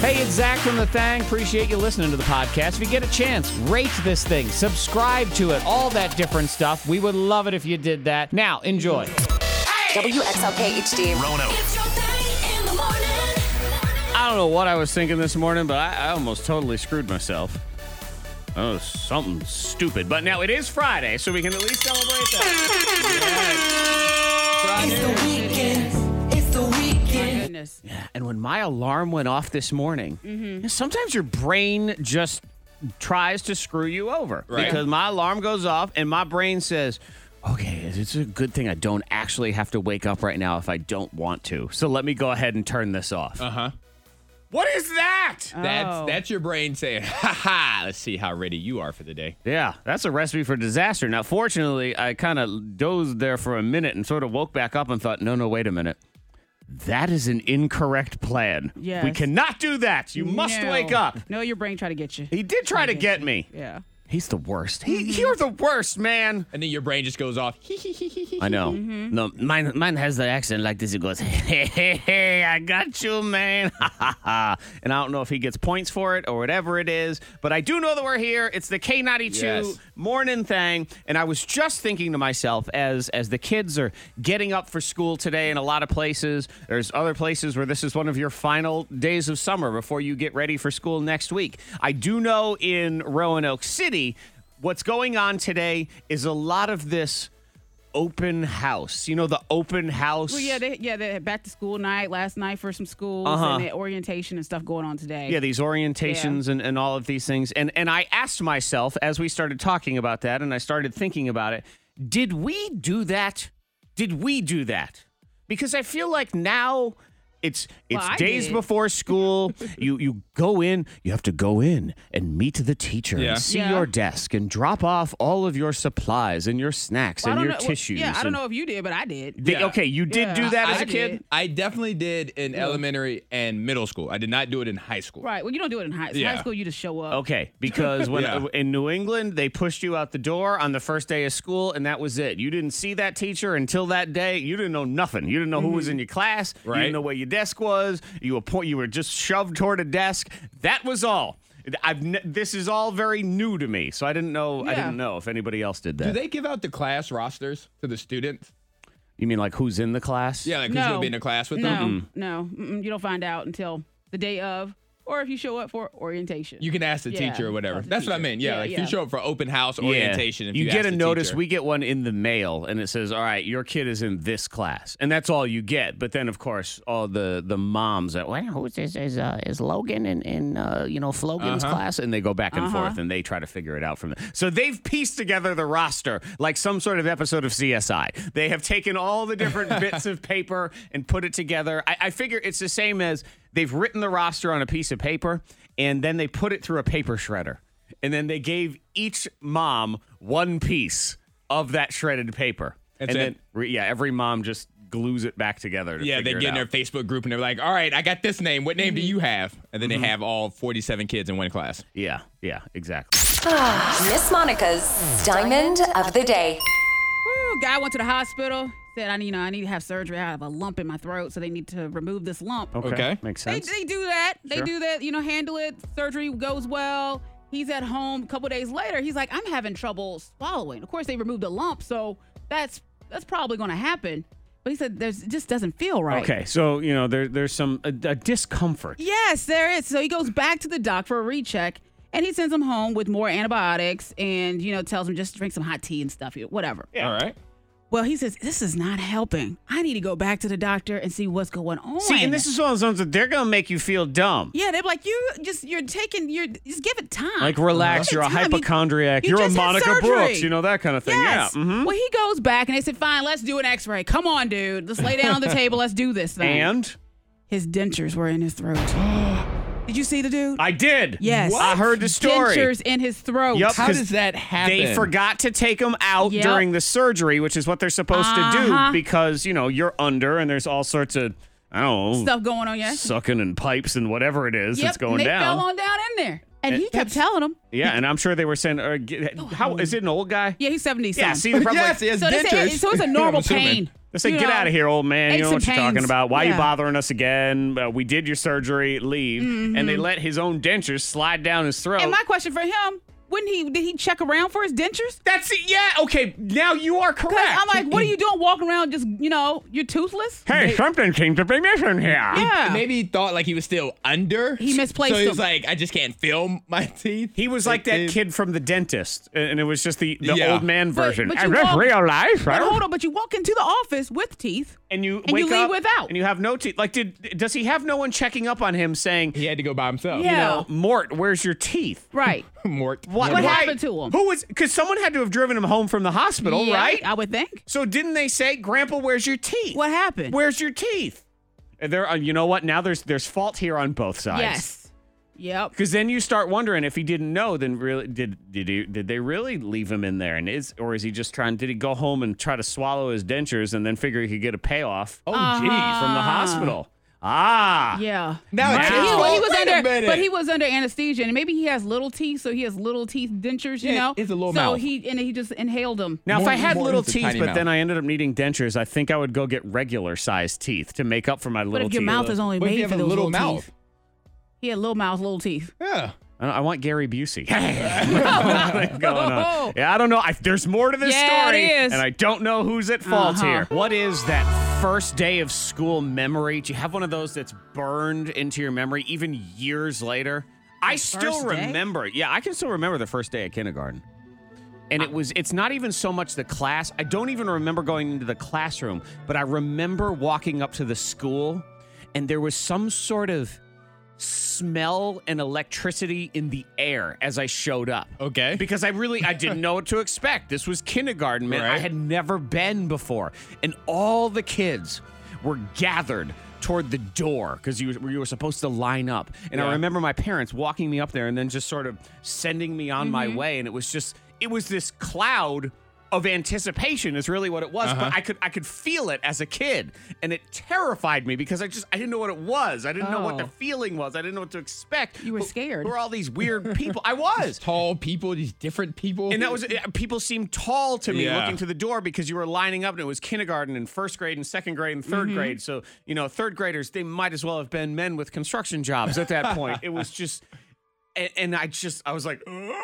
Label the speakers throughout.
Speaker 1: Hey, it's Zach from The Thang. Appreciate you listening to the podcast. If you get a chance, rate this thing, subscribe to it, all that different stuff. We would love it if you did that. Now, enjoy.
Speaker 2: WXLK HD.
Speaker 3: Rono.
Speaker 4: It's your thing in the morning.
Speaker 1: I don't know what I was thinking this morning, but I, I almost totally screwed myself. Oh, something stupid. But now it is Friday, so we can at least celebrate that. Yes. Friday.
Speaker 5: Goodness.
Speaker 1: And when my alarm went off this morning,
Speaker 5: Mm-hmm.
Speaker 1: sometimes your brain just tries to screw you over
Speaker 3: Right.
Speaker 1: because my alarm goes off and my brain says, "Okay, it's a good thing I don't actually have to wake up right now if I don't want to. So let me go ahead and turn this off."
Speaker 5: Uh-huh.
Speaker 1: Uh huh. What is that?
Speaker 3: That's
Speaker 5: Oh.
Speaker 3: that's your brain saying, "Ha ha! Let's see how ready you are for the day."
Speaker 1: Yeah, that's a recipe for disaster. Now, fortunately, I kind of dozed there for a minute and sort of woke back up and thought, no, no, wait a minute. That is an incorrect plan. We
Speaker 5: Yes.
Speaker 1: cannot do that. You must
Speaker 5: No.
Speaker 1: wake up.
Speaker 5: No, your brain tried to get you.
Speaker 1: He did try to get me.
Speaker 5: Yeah.
Speaker 1: He's the worst. He, you're the worst, man.
Speaker 3: And then your brain just goes off.
Speaker 1: I know. No, mine, mine has the accent like this. It goes, hey, hey, hey, I got you, man. Ha, ha, ha. and I don't know if he gets points for it or whatever it is, but I do know that we're here. It's the K92
Speaker 3: Yes.
Speaker 1: morning thing. And I was just thinking to myself as as the kids are getting up for school today in a lot of places, there's other places where this is one of your final days of summer before you get ready for school next week. I do know in Roanoke City, what's going on today is a lot of this open house. You know, the open house.
Speaker 5: Well, yeah, they, yeah, they had back to school night last night for some schools
Speaker 1: Uh-huh.
Speaker 5: and they had orientation and stuff going on today.
Speaker 1: yeah, these orientations and, and all of these things. And and I asked myself as we started talking about that and I started thinking about it, did we do that? Did we do that? Because I feel like now it's it's
Speaker 5: Well, I
Speaker 1: days
Speaker 5: did.
Speaker 1: before school. you you go in, you have to go in and meet the teacher
Speaker 3: Yeah.
Speaker 1: and see
Speaker 5: Yeah.
Speaker 1: your desk and drop off all of your supplies and your snacks
Speaker 5: Well, I
Speaker 1: and
Speaker 5: don't
Speaker 1: your
Speaker 5: know, well,
Speaker 1: tissues.
Speaker 5: yeah, I
Speaker 1: and-
Speaker 5: don't know if you did, but I did.
Speaker 1: Did-
Speaker 3: Yeah.
Speaker 1: Okay, you did
Speaker 5: Yeah,
Speaker 1: do that
Speaker 5: I-
Speaker 1: as a
Speaker 5: I
Speaker 1: kid?
Speaker 5: did.
Speaker 3: I definitely did in elementary and middle school. I did not do it in high school.
Speaker 5: Right. Well, you don't do it in high,
Speaker 3: Yeah.
Speaker 5: high school. You just show up.
Speaker 1: Okay, because when
Speaker 3: Yeah.
Speaker 1: in New England they pushed you out the door on the first day of school, and that was it. You didn't see that teacher until that day. You didn't know nothing. You didn't know who was in your class. You
Speaker 3: Mm-hmm. Right.
Speaker 1: didn't know where your desk was. You were point. You were just shoved toward a desk. That was all. I've ne- this is all very new to me, so I didn't know. I
Speaker 5: Yeah.
Speaker 1: didn't know if anybody else did
Speaker 3: Do
Speaker 1: that.
Speaker 3: they give out the class rosters to the students?
Speaker 1: you mean like who's in the class?
Speaker 3: Yeah, like who's
Speaker 5: No.
Speaker 3: gonna be in the class with
Speaker 5: no,
Speaker 3: them? Mm.
Speaker 5: no, mm-mm, you don't find out until the day of, or if you show up for orientation.
Speaker 3: You can ask the
Speaker 5: Yeah,
Speaker 3: teacher or whatever.
Speaker 5: ask the
Speaker 3: That's what I
Speaker 5: teacher.
Speaker 3: mean. Yeah,
Speaker 5: Yeah,
Speaker 3: like if
Speaker 5: yeah.
Speaker 3: you show up for open house
Speaker 1: Yeah.
Speaker 3: orientation, if
Speaker 1: you,
Speaker 3: you,
Speaker 1: get
Speaker 3: ask
Speaker 1: a
Speaker 3: the
Speaker 1: notice,
Speaker 3: teacher-
Speaker 1: we get one in the mail, and it says, "All right, your kid is in this class," and that's all you get. But then, of course, all the the moms that, "Well, who's this? Is uh, is Logan in in uh, you know Flogan's class?" And they go back and forth, and they try to figure it out from there. So they've pieced together the roster like some sort of episode of CSI. They have taken all the different bits of paper and put it together. I, I figure it's the same as they've written the roster on a piece of paper, and then they put it through a paper shredder and then they gave each mom one piece of that shredded paper.
Speaker 3: That's
Speaker 1: and
Speaker 3: it.
Speaker 1: then re- yeah, every mom just glues it back together. To
Speaker 3: Yeah, they
Speaker 1: figure
Speaker 3: get in
Speaker 1: it
Speaker 3: their
Speaker 1: out.
Speaker 3: Facebook group and they're like, "All right, I got this name. What
Speaker 5: Mm-hmm.
Speaker 3: name do you have?" And then
Speaker 1: Mm-hmm.
Speaker 3: they have all 47 kids in one class.
Speaker 1: Yeah, yeah, exactly.
Speaker 2: Miss Monica's Diamond of the Day.
Speaker 5: Woo, guy went to the hospital. Said I need, you know, I need to have surgery. I have a lump in my throat, so they need to remove this lump.
Speaker 1: Oh,
Speaker 3: Okay.
Speaker 1: makes
Speaker 5: They,
Speaker 1: sense.
Speaker 5: they do that. They
Speaker 1: Sure.
Speaker 5: do that. You know, handle it. Surgery goes well. He's at home. A couple days later, he's like, I'm having trouble swallowing. Of course, they removed a lump, so that's that's probably going to happen. But he said, there's it just doesn't feel right.
Speaker 1: Okay, so you know there there's some a, a discomfort.
Speaker 5: Yes, there is. So he goes back to the doc for a recheck, and he sends him home with more antibiotics, and you know, tells him just drink some hot tea and stuff, you know, whatever.
Speaker 3: All right.
Speaker 5: Well, he says this is not helping. I need to go back to the doctor and see what's going on.
Speaker 1: See, and this is one of those ones that they're gonna make you feel dumb.
Speaker 5: Yeah, they're like, you just you're taking you're just give it time.
Speaker 1: Like relax,
Speaker 5: Give it
Speaker 1: you're a
Speaker 5: time. You-
Speaker 1: hypochondriac,
Speaker 5: you
Speaker 1: are a
Speaker 5: just had
Speaker 1: Monica
Speaker 5: surgery.
Speaker 1: Brooks, you know that kind of thing.
Speaker 5: Yes.
Speaker 1: Yeah. mhm.
Speaker 5: Well, he goes back and they said, fine, let's do an X-ray. Come on, dude, let's lay down on the table. Let's do this thing.
Speaker 1: And
Speaker 5: his dentures were in his throat. Did you see the dude?
Speaker 1: I did.
Speaker 5: yes,
Speaker 1: I heard the story.
Speaker 5: Dentures in his throat.
Speaker 1: Yup,
Speaker 3: How
Speaker 1: 'cause
Speaker 3: does that happen?
Speaker 1: They forgot to take them out
Speaker 5: Yep.
Speaker 1: during the surgery, which is what they're supposed to do
Speaker 5: Uh-huh.
Speaker 1: because, you know, you're under and there's all sorts of, I don't know,
Speaker 5: Stuff going on, yeah.
Speaker 1: sucking and pipes and whatever it is
Speaker 5: yep.
Speaker 1: that's going
Speaker 5: and they
Speaker 1: down. Eh,
Speaker 5: fell on down in there, and he kept telling him.
Speaker 1: yeah, and I'm sure they were saying, uh, get, how is it an old guy?
Speaker 5: Oh, Yeah, he's seventy.
Speaker 1: Yeah,
Speaker 5: something.
Speaker 1: see, they're probably
Speaker 3: yes,
Speaker 1: like,
Speaker 3: it's
Speaker 5: So, they say,
Speaker 3: dentures.
Speaker 5: so it's a
Speaker 3: I'm
Speaker 5: normal
Speaker 3: assuming.
Speaker 5: pain.
Speaker 1: They say,
Speaker 5: you
Speaker 1: get
Speaker 5: know,
Speaker 1: out of here, old man. You
Speaker 5: aches
Speaker 1: know what
Speaker 5: and
Speaker 1: you're talking
Speaker 5: pains.
Speaker 1: about. Why you
Speaker 5: Yeah.
Speaker 1: bothering us again? Uh, we did your surgery. Leave. And
Speaker 5: Mm-hmm.
Speaker 1: they let his own dentures slide down his throat.
Speaker 5: And my question for him, wouldn't he did he check around for his dentures?
Speaker 3: That's it. Yeah. Okay. Now you are correct.
Speaker 5: I'm like, what are you doing walking around just, you know, you're toothless?
Speaker 1: hey, something seems to be missing here.
Speaker 5: Yeah.
Speaker 3: Maybe he thought like he was still under.
Speaker 5: He misplaced
Speaker 3: So he was
Speaker 5: them.
Speaker 3: like, I just can't feel my teeth.
Speaker 1: He was like that
Speaker 3: It-
Speaker 1: kid from the dentist, and it was just the, the
Speaker 3: Yeah.
Speaker 1: old man
Speaker 5: But-
Speaker 1: version.
Speaker 5: but
Speaker 1: I
Speaker 5: you
Speaker 1: live
Speaker 5: walk-
Speaker 1: real life,
Speaker 5: But
Speaker 1: right?
Speaker 5: hold on, but you walk into the office with teeth
Speaker 1: and you
Speaker 5: and
Speaker 1: wake
Speaker 5: you leave
Speaker 1: up
Speaker 5: without.
Speaker 1: and you have no teeth. Like, did does he have no one checking up on him saying,
Speaker 3: He had to go by himself.
Speaker 5: Yeah.
Speaker 1: "Oh, Mort, where's your teeth?"
Speaker 5: right.
Speaker 3: Mort.
Speaker 1: Why-
Speaker 5: What
Speaker 1: why-
Speaker 5: happened to him?
Speaker 1: Who was? Because someone had to have driven him home from the hospital,
Speaker 5: Yeah,
Speaker 1: right?
Speaker 5: I would think.
Speaker 1: So didn't they say, "Grandpa, where's your teeth?
Speaker 5: What happened?
Speaker 1: Where's your teeth?" And there, uh, you know what? Now there's there's fault here on both sides.
Speaker 5: Yes. Yep.
Speaker 1: Because then you start wondering if he didn't know, then really did did he, did they really leave him in there, and is or is he just trying? Did he go home and try to swallow his dentures and then figure he could get a payoff? Oh,
Speaker 3: Uh-huh.
Speaker 1: geez, from the hospital. Ah,
Speaker 5: Yeah.
Speaker 3: Now it's
Speaker 5: But he,
Speaker 3: his
Speaker 1: Wow.
Speaker 5: but he
Speaker 3: fault?
Speaker 5: was
Speaker 3: Wait a
Speaker 5: under,
Speaker 3: minute.
Speaker 5: but he was under anesthesia, and maybe he has little teeth, so he has little teeth dentures. You
Speaker 3: Yeah,
Speaker 5: know,
Speaker 3: it's a little
Speaker 5: So
Speaker 3: mouth.
Speaker 5: he and he just inhaled them.
Speaker 1: Now, if I
Speaker 3: Morton-
Speaker 1: had little
Speaker 3: Morton's a
Speaker 1: teeth,
Speaker 3: tiny
Speaker 1: but
Speaker 3: mouth.
Speaker 1: then I ended up needing dentures, I think I would go get regular sized teeth to make up for my
Speaker 5: But
Speaker 1: little
Speaker 5: if your
Speaker 1: teeth.
Speaker 5: mouth is only
Speaker 3: What if
Speaker 5: made
Speaker 3: you have
Speaker 5: for
Speaker 3: a
Speaker 5: those
Speaker 3: little
Speaker 5: little
Speaker 3: mouth?
Speaker 5: teeth, he had little mouth, little teeth.
Speaker 3: Yeah.
Speaker 1: I, I want Gary Busey. Nothing going on. Yeah, I don't know. I, there's more to this
Speaker 5: Oh. Yeah,
Speaker 1: story,
Speaker 5: it is.
Speaker 1: and I don't know who's at fault
Speaker 5: Uh-huh.
Speaker 1: here. What is that first day of school memory? Do you have one of those that's burned into your memory even years later? I still
Speaker 5: first day?
Speaker 1: remember. Yeah, I can still remember the first day at kindergarten. And it was it's not even so much the class. I don't even remember going into the classroom, but I remember walking up to the school and there was some sort of smell and electricity in the air as I showed up.
Speaker 3: Okay.
Speaker 1: Because I really I didn't know what to expect. This was kindergarten, man. I
Speaker 3: Right.
Speaker 1: had never been before. And all the kids were gathered toward the door because you, you were supposed to line up. And I
Speaker 3: Yeah.
Speaker 1: remember my parents walking me up there and then just sort of sending me on
Speaker 5: Mm-hmm.
Speaker 1: my way. And it was just it was this cloud of anticipation is really what it was.
Speaker 5: Uh-huh.
Speaker 1: But I could I could feel it as a kid. And it terrified me because I just I didn't know what it was. I didn't know what the
Speaker 5: Oh.
Speaker 1: feeling was. I didn't know what to expect.
Speaker 5: You were
Speaker 1: Who-
Speaker 5: scared.
Speaker 1: Who are all these weird people? I was.
Speaker 3: Tall people, these different people.
Speaker 1: And that was uh, people seemed tall to me
Speaker 3: Yeah.
Speaker 1: looking to the door because you were lining up and it was kindergarten and first grade and second grade and 3rd grade. So, you know, third graders, they might as well have been men with construction jobs at that point. It was just, and, and I just, I was like, "Ugh."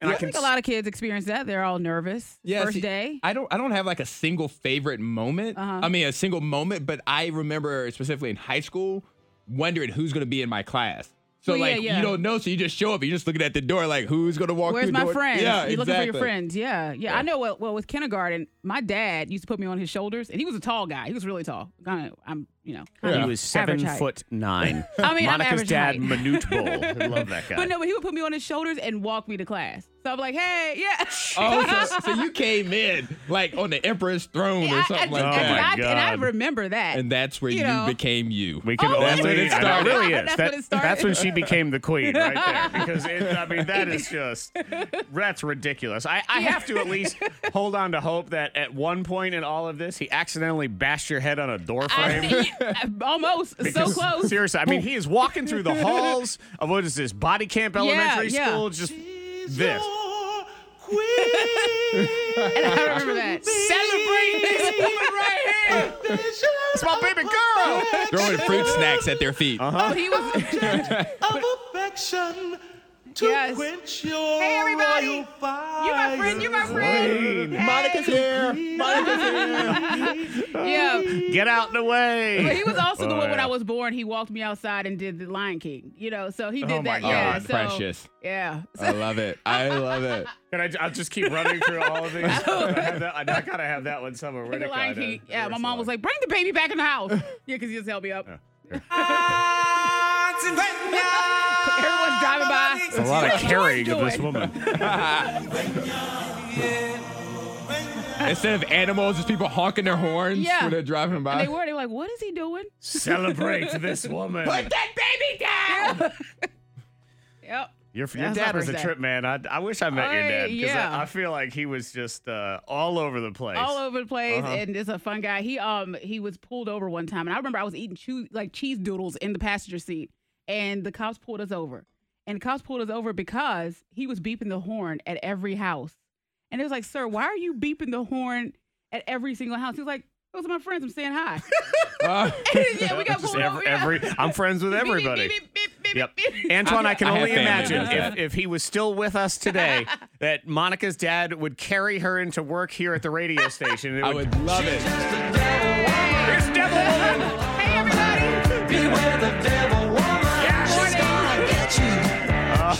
Speaker 1: and
Speaker 5: I think a lot of kids experience that. They're all nervous.
Speaker 3: Yeah,
Speaker 5: First
Speaker 3: see,
Speaker 5: day. Uh-huh.
Speaker 3: I don't I don't have like a single favorite moment. I mean a single moment, but I remember specifically in high school wondering who's gonna be in my class. So
Speaker 5: Well, yeah,
Speaker 3: like
Speaker 5: yeah.
Speaker 3: you don't know, so you just show up. You're just looking at the door, like who's gonna walk
Speaker 5: Where's
Speaker 3: through
Speaker 5: my
Speaker 3: the door?
Speaker 5: friends?
Speaker 3: Yeah,
Speaker 5: You're looking for your
Speaker 3: exactly.
Speaker 5: friends. Yeah, yeah. I know. Well, well, with kindergarten, my dad used to put me on his shoulders, and he was a tall guy. He was really tall. Kind of, I'm, you know, kind
Speaker 1: He
Speaker 5: of
Speaker 1: was
Speaker 5: average
Speaker 1: seven
Speaker 5: height.
Speaker 1: foot nine.
Speaker 5: I mean, I'm
Speaker 1: Monica's
Speaker 5: average
Speaker 1: dad,
Speaker 5: height.
Speaker 1: Manute Bull. I love that guy.
Speaker 5: But no, but he would put me on his shoulders and walk me to class. So I'm like, hey, yeah.
Speaker 3: Oh, so, so you came in like on the emperor's throne
Speaker 5: Yeah,
Speaker 3: or
Speaker 5: I-
Speaker 3: something
Speaker 5: I,
Speaker 3: like
Speaker 1: Oh
Speaker 5: and
Speaker 1: my
Speaker 5: I-
Speaker 3: that,
Speaker 5: and I
Speaker 1: God.
Speaker 5: remember that.
Speaker 3: and that's where you,
Speaker 5: You know.
Speaker 3: became you.
Speaker 1: We can
Speaker 5: Oh,
Speaker 1: only.
Speaker 5: that's when it
Speaker 1: I know,
Speaker 3: started.
Speaker 1: really is.
Speaker 5: That's
Speaker 1: That-
Speaker 5: when it started.
Speaker 1: that's when she became the queen, right there. Because it, I mean, that is just that's ridiculous. I, I have to at least hold on to hope that at one point in all of this, he accidentally bashed your head on a door
Speaker 5: I
Speaker 1: frame.
Speaker 5: think- almost so
Speaker 1: Because
Speaker 5: close.
Speaker 1: Seriously, I mean, he is walking through the halls of what is this Body Camp Elementary
Speaker 5: yeah.
Speaker 1: School? Just this.
Speaker 5: And I remember that.
Speaker 1: Celebrate this woman right here. It's my baby girl.
Speaker 3: Throwing fruit snacks at their feet.
Speaker 1: Uh-huh.
Speaker 5: Oh, he was.
Speaker 6: affection to
Speaker 5: Yes.
Speaker 6: quench your
Speaker 5: Hey, everybody.
Speaker 6: royal fire.
Speaker 5: You my friend. You my friend.
Speaker 3: Monica's here. Monica's here.
Speaker 5: Yeah.
Speaker 1: Get out the way.
Speaker 5: But he was also the
Speaker 1: Oh,
Speaker 5: one when
Speaker 1: yeah.
Speaker 5: I was born. He walked me outside and did the Lion King. You know, so he did
Speaker 1: Oh, my Uh,
Speaker 5: that. Yeah.
Speaker 3: God.
Speaker 5: So,
Speaker 3: Precious.
Speaker 5: Yeah. So,
Speaker 3: I love it. I love it.
Speaker 1: Can I, I'll just keep running through all of these. I, have that, I, I gotta have that one somewhere. Where
Speaker 5: Oh. the
Speaker 1: did I-
Speaker 5: Lion
Speaker 1: I-
Speaker 5: King. Yeah. My
Speaker 1: where's
Speaker 5: mom
Speaker 1: the
Speaker 5: was
Speaker 1: line?
Speaker 5: like, "Bring the baby back in the house." Yeah, because he just held me up. Everyone's driving by.
Speaker 1: a lot of carrying of this
Speaker 5: doing?
Speaker 1: woman.
Speaker 3: Instead of animals, it's people honking their horns
Speaker 5: Yeah.
Speaker 3: when they're driving by.
Speaker 5: And they were. They were like, "What is he doing?"
Speaker 1: Celebrate this woman.
Speaker 5: that baby down. yep.
Speaker 1: Your, your
Speaker 5: That's
Speaker 1: dad
Speaker 5: my
Speaker 1: was a
Speaker 5: first dad.
Speaker 1: trip, man. I, I wish I met your
Speaker 5: I-
Speaker 1: dad because
Speaker 5: yeah.
Speaker 1: I, I feel like he was just uh, all over the place.
Speaker 5: All over the place,
Speaker 3: Uh-huh.
Speaker 5: and it's a fun guy. He um he was pulled over one time, and I remember I was eating chew, like cheese doodles in the passenger seat, and the cops pulled us over, and the cops pulled us over because he was beeping the horn at every house, and it was like, sir, why are you beeping the horn at every single house. He was like, those are my friends. I'm saying hi.
Speaker 3: Uh,
Speaker 5: yeah, we got
Speaker 1: Just
Speaker 5: pulled over.
Speaker 1: every,
Speaker 5: yeah.
Speaker 1: every, I'm friends with
Speaker 5: Beep, beep, beep,
Speaker 1: everybody.
Speaker 5: beep, beep, beep,
Speaker 1: Yep.
Speaker 5: beep.
Speaker 1: Antoine, I can
Speaker 3: I have
Speaker 1: only
Speaker 3: family that
Speaker 1: imagine
Speaker 3: does
Speaker 1: if,
Speaker 3: that.
Speaker 1: if he was still with us today that Monica's dad would carry her into work here at the radio station. It
Speaker 3: I would love it.
Speaker 1: Here's Devil Woman.
Speaker 5: Hey, everybody.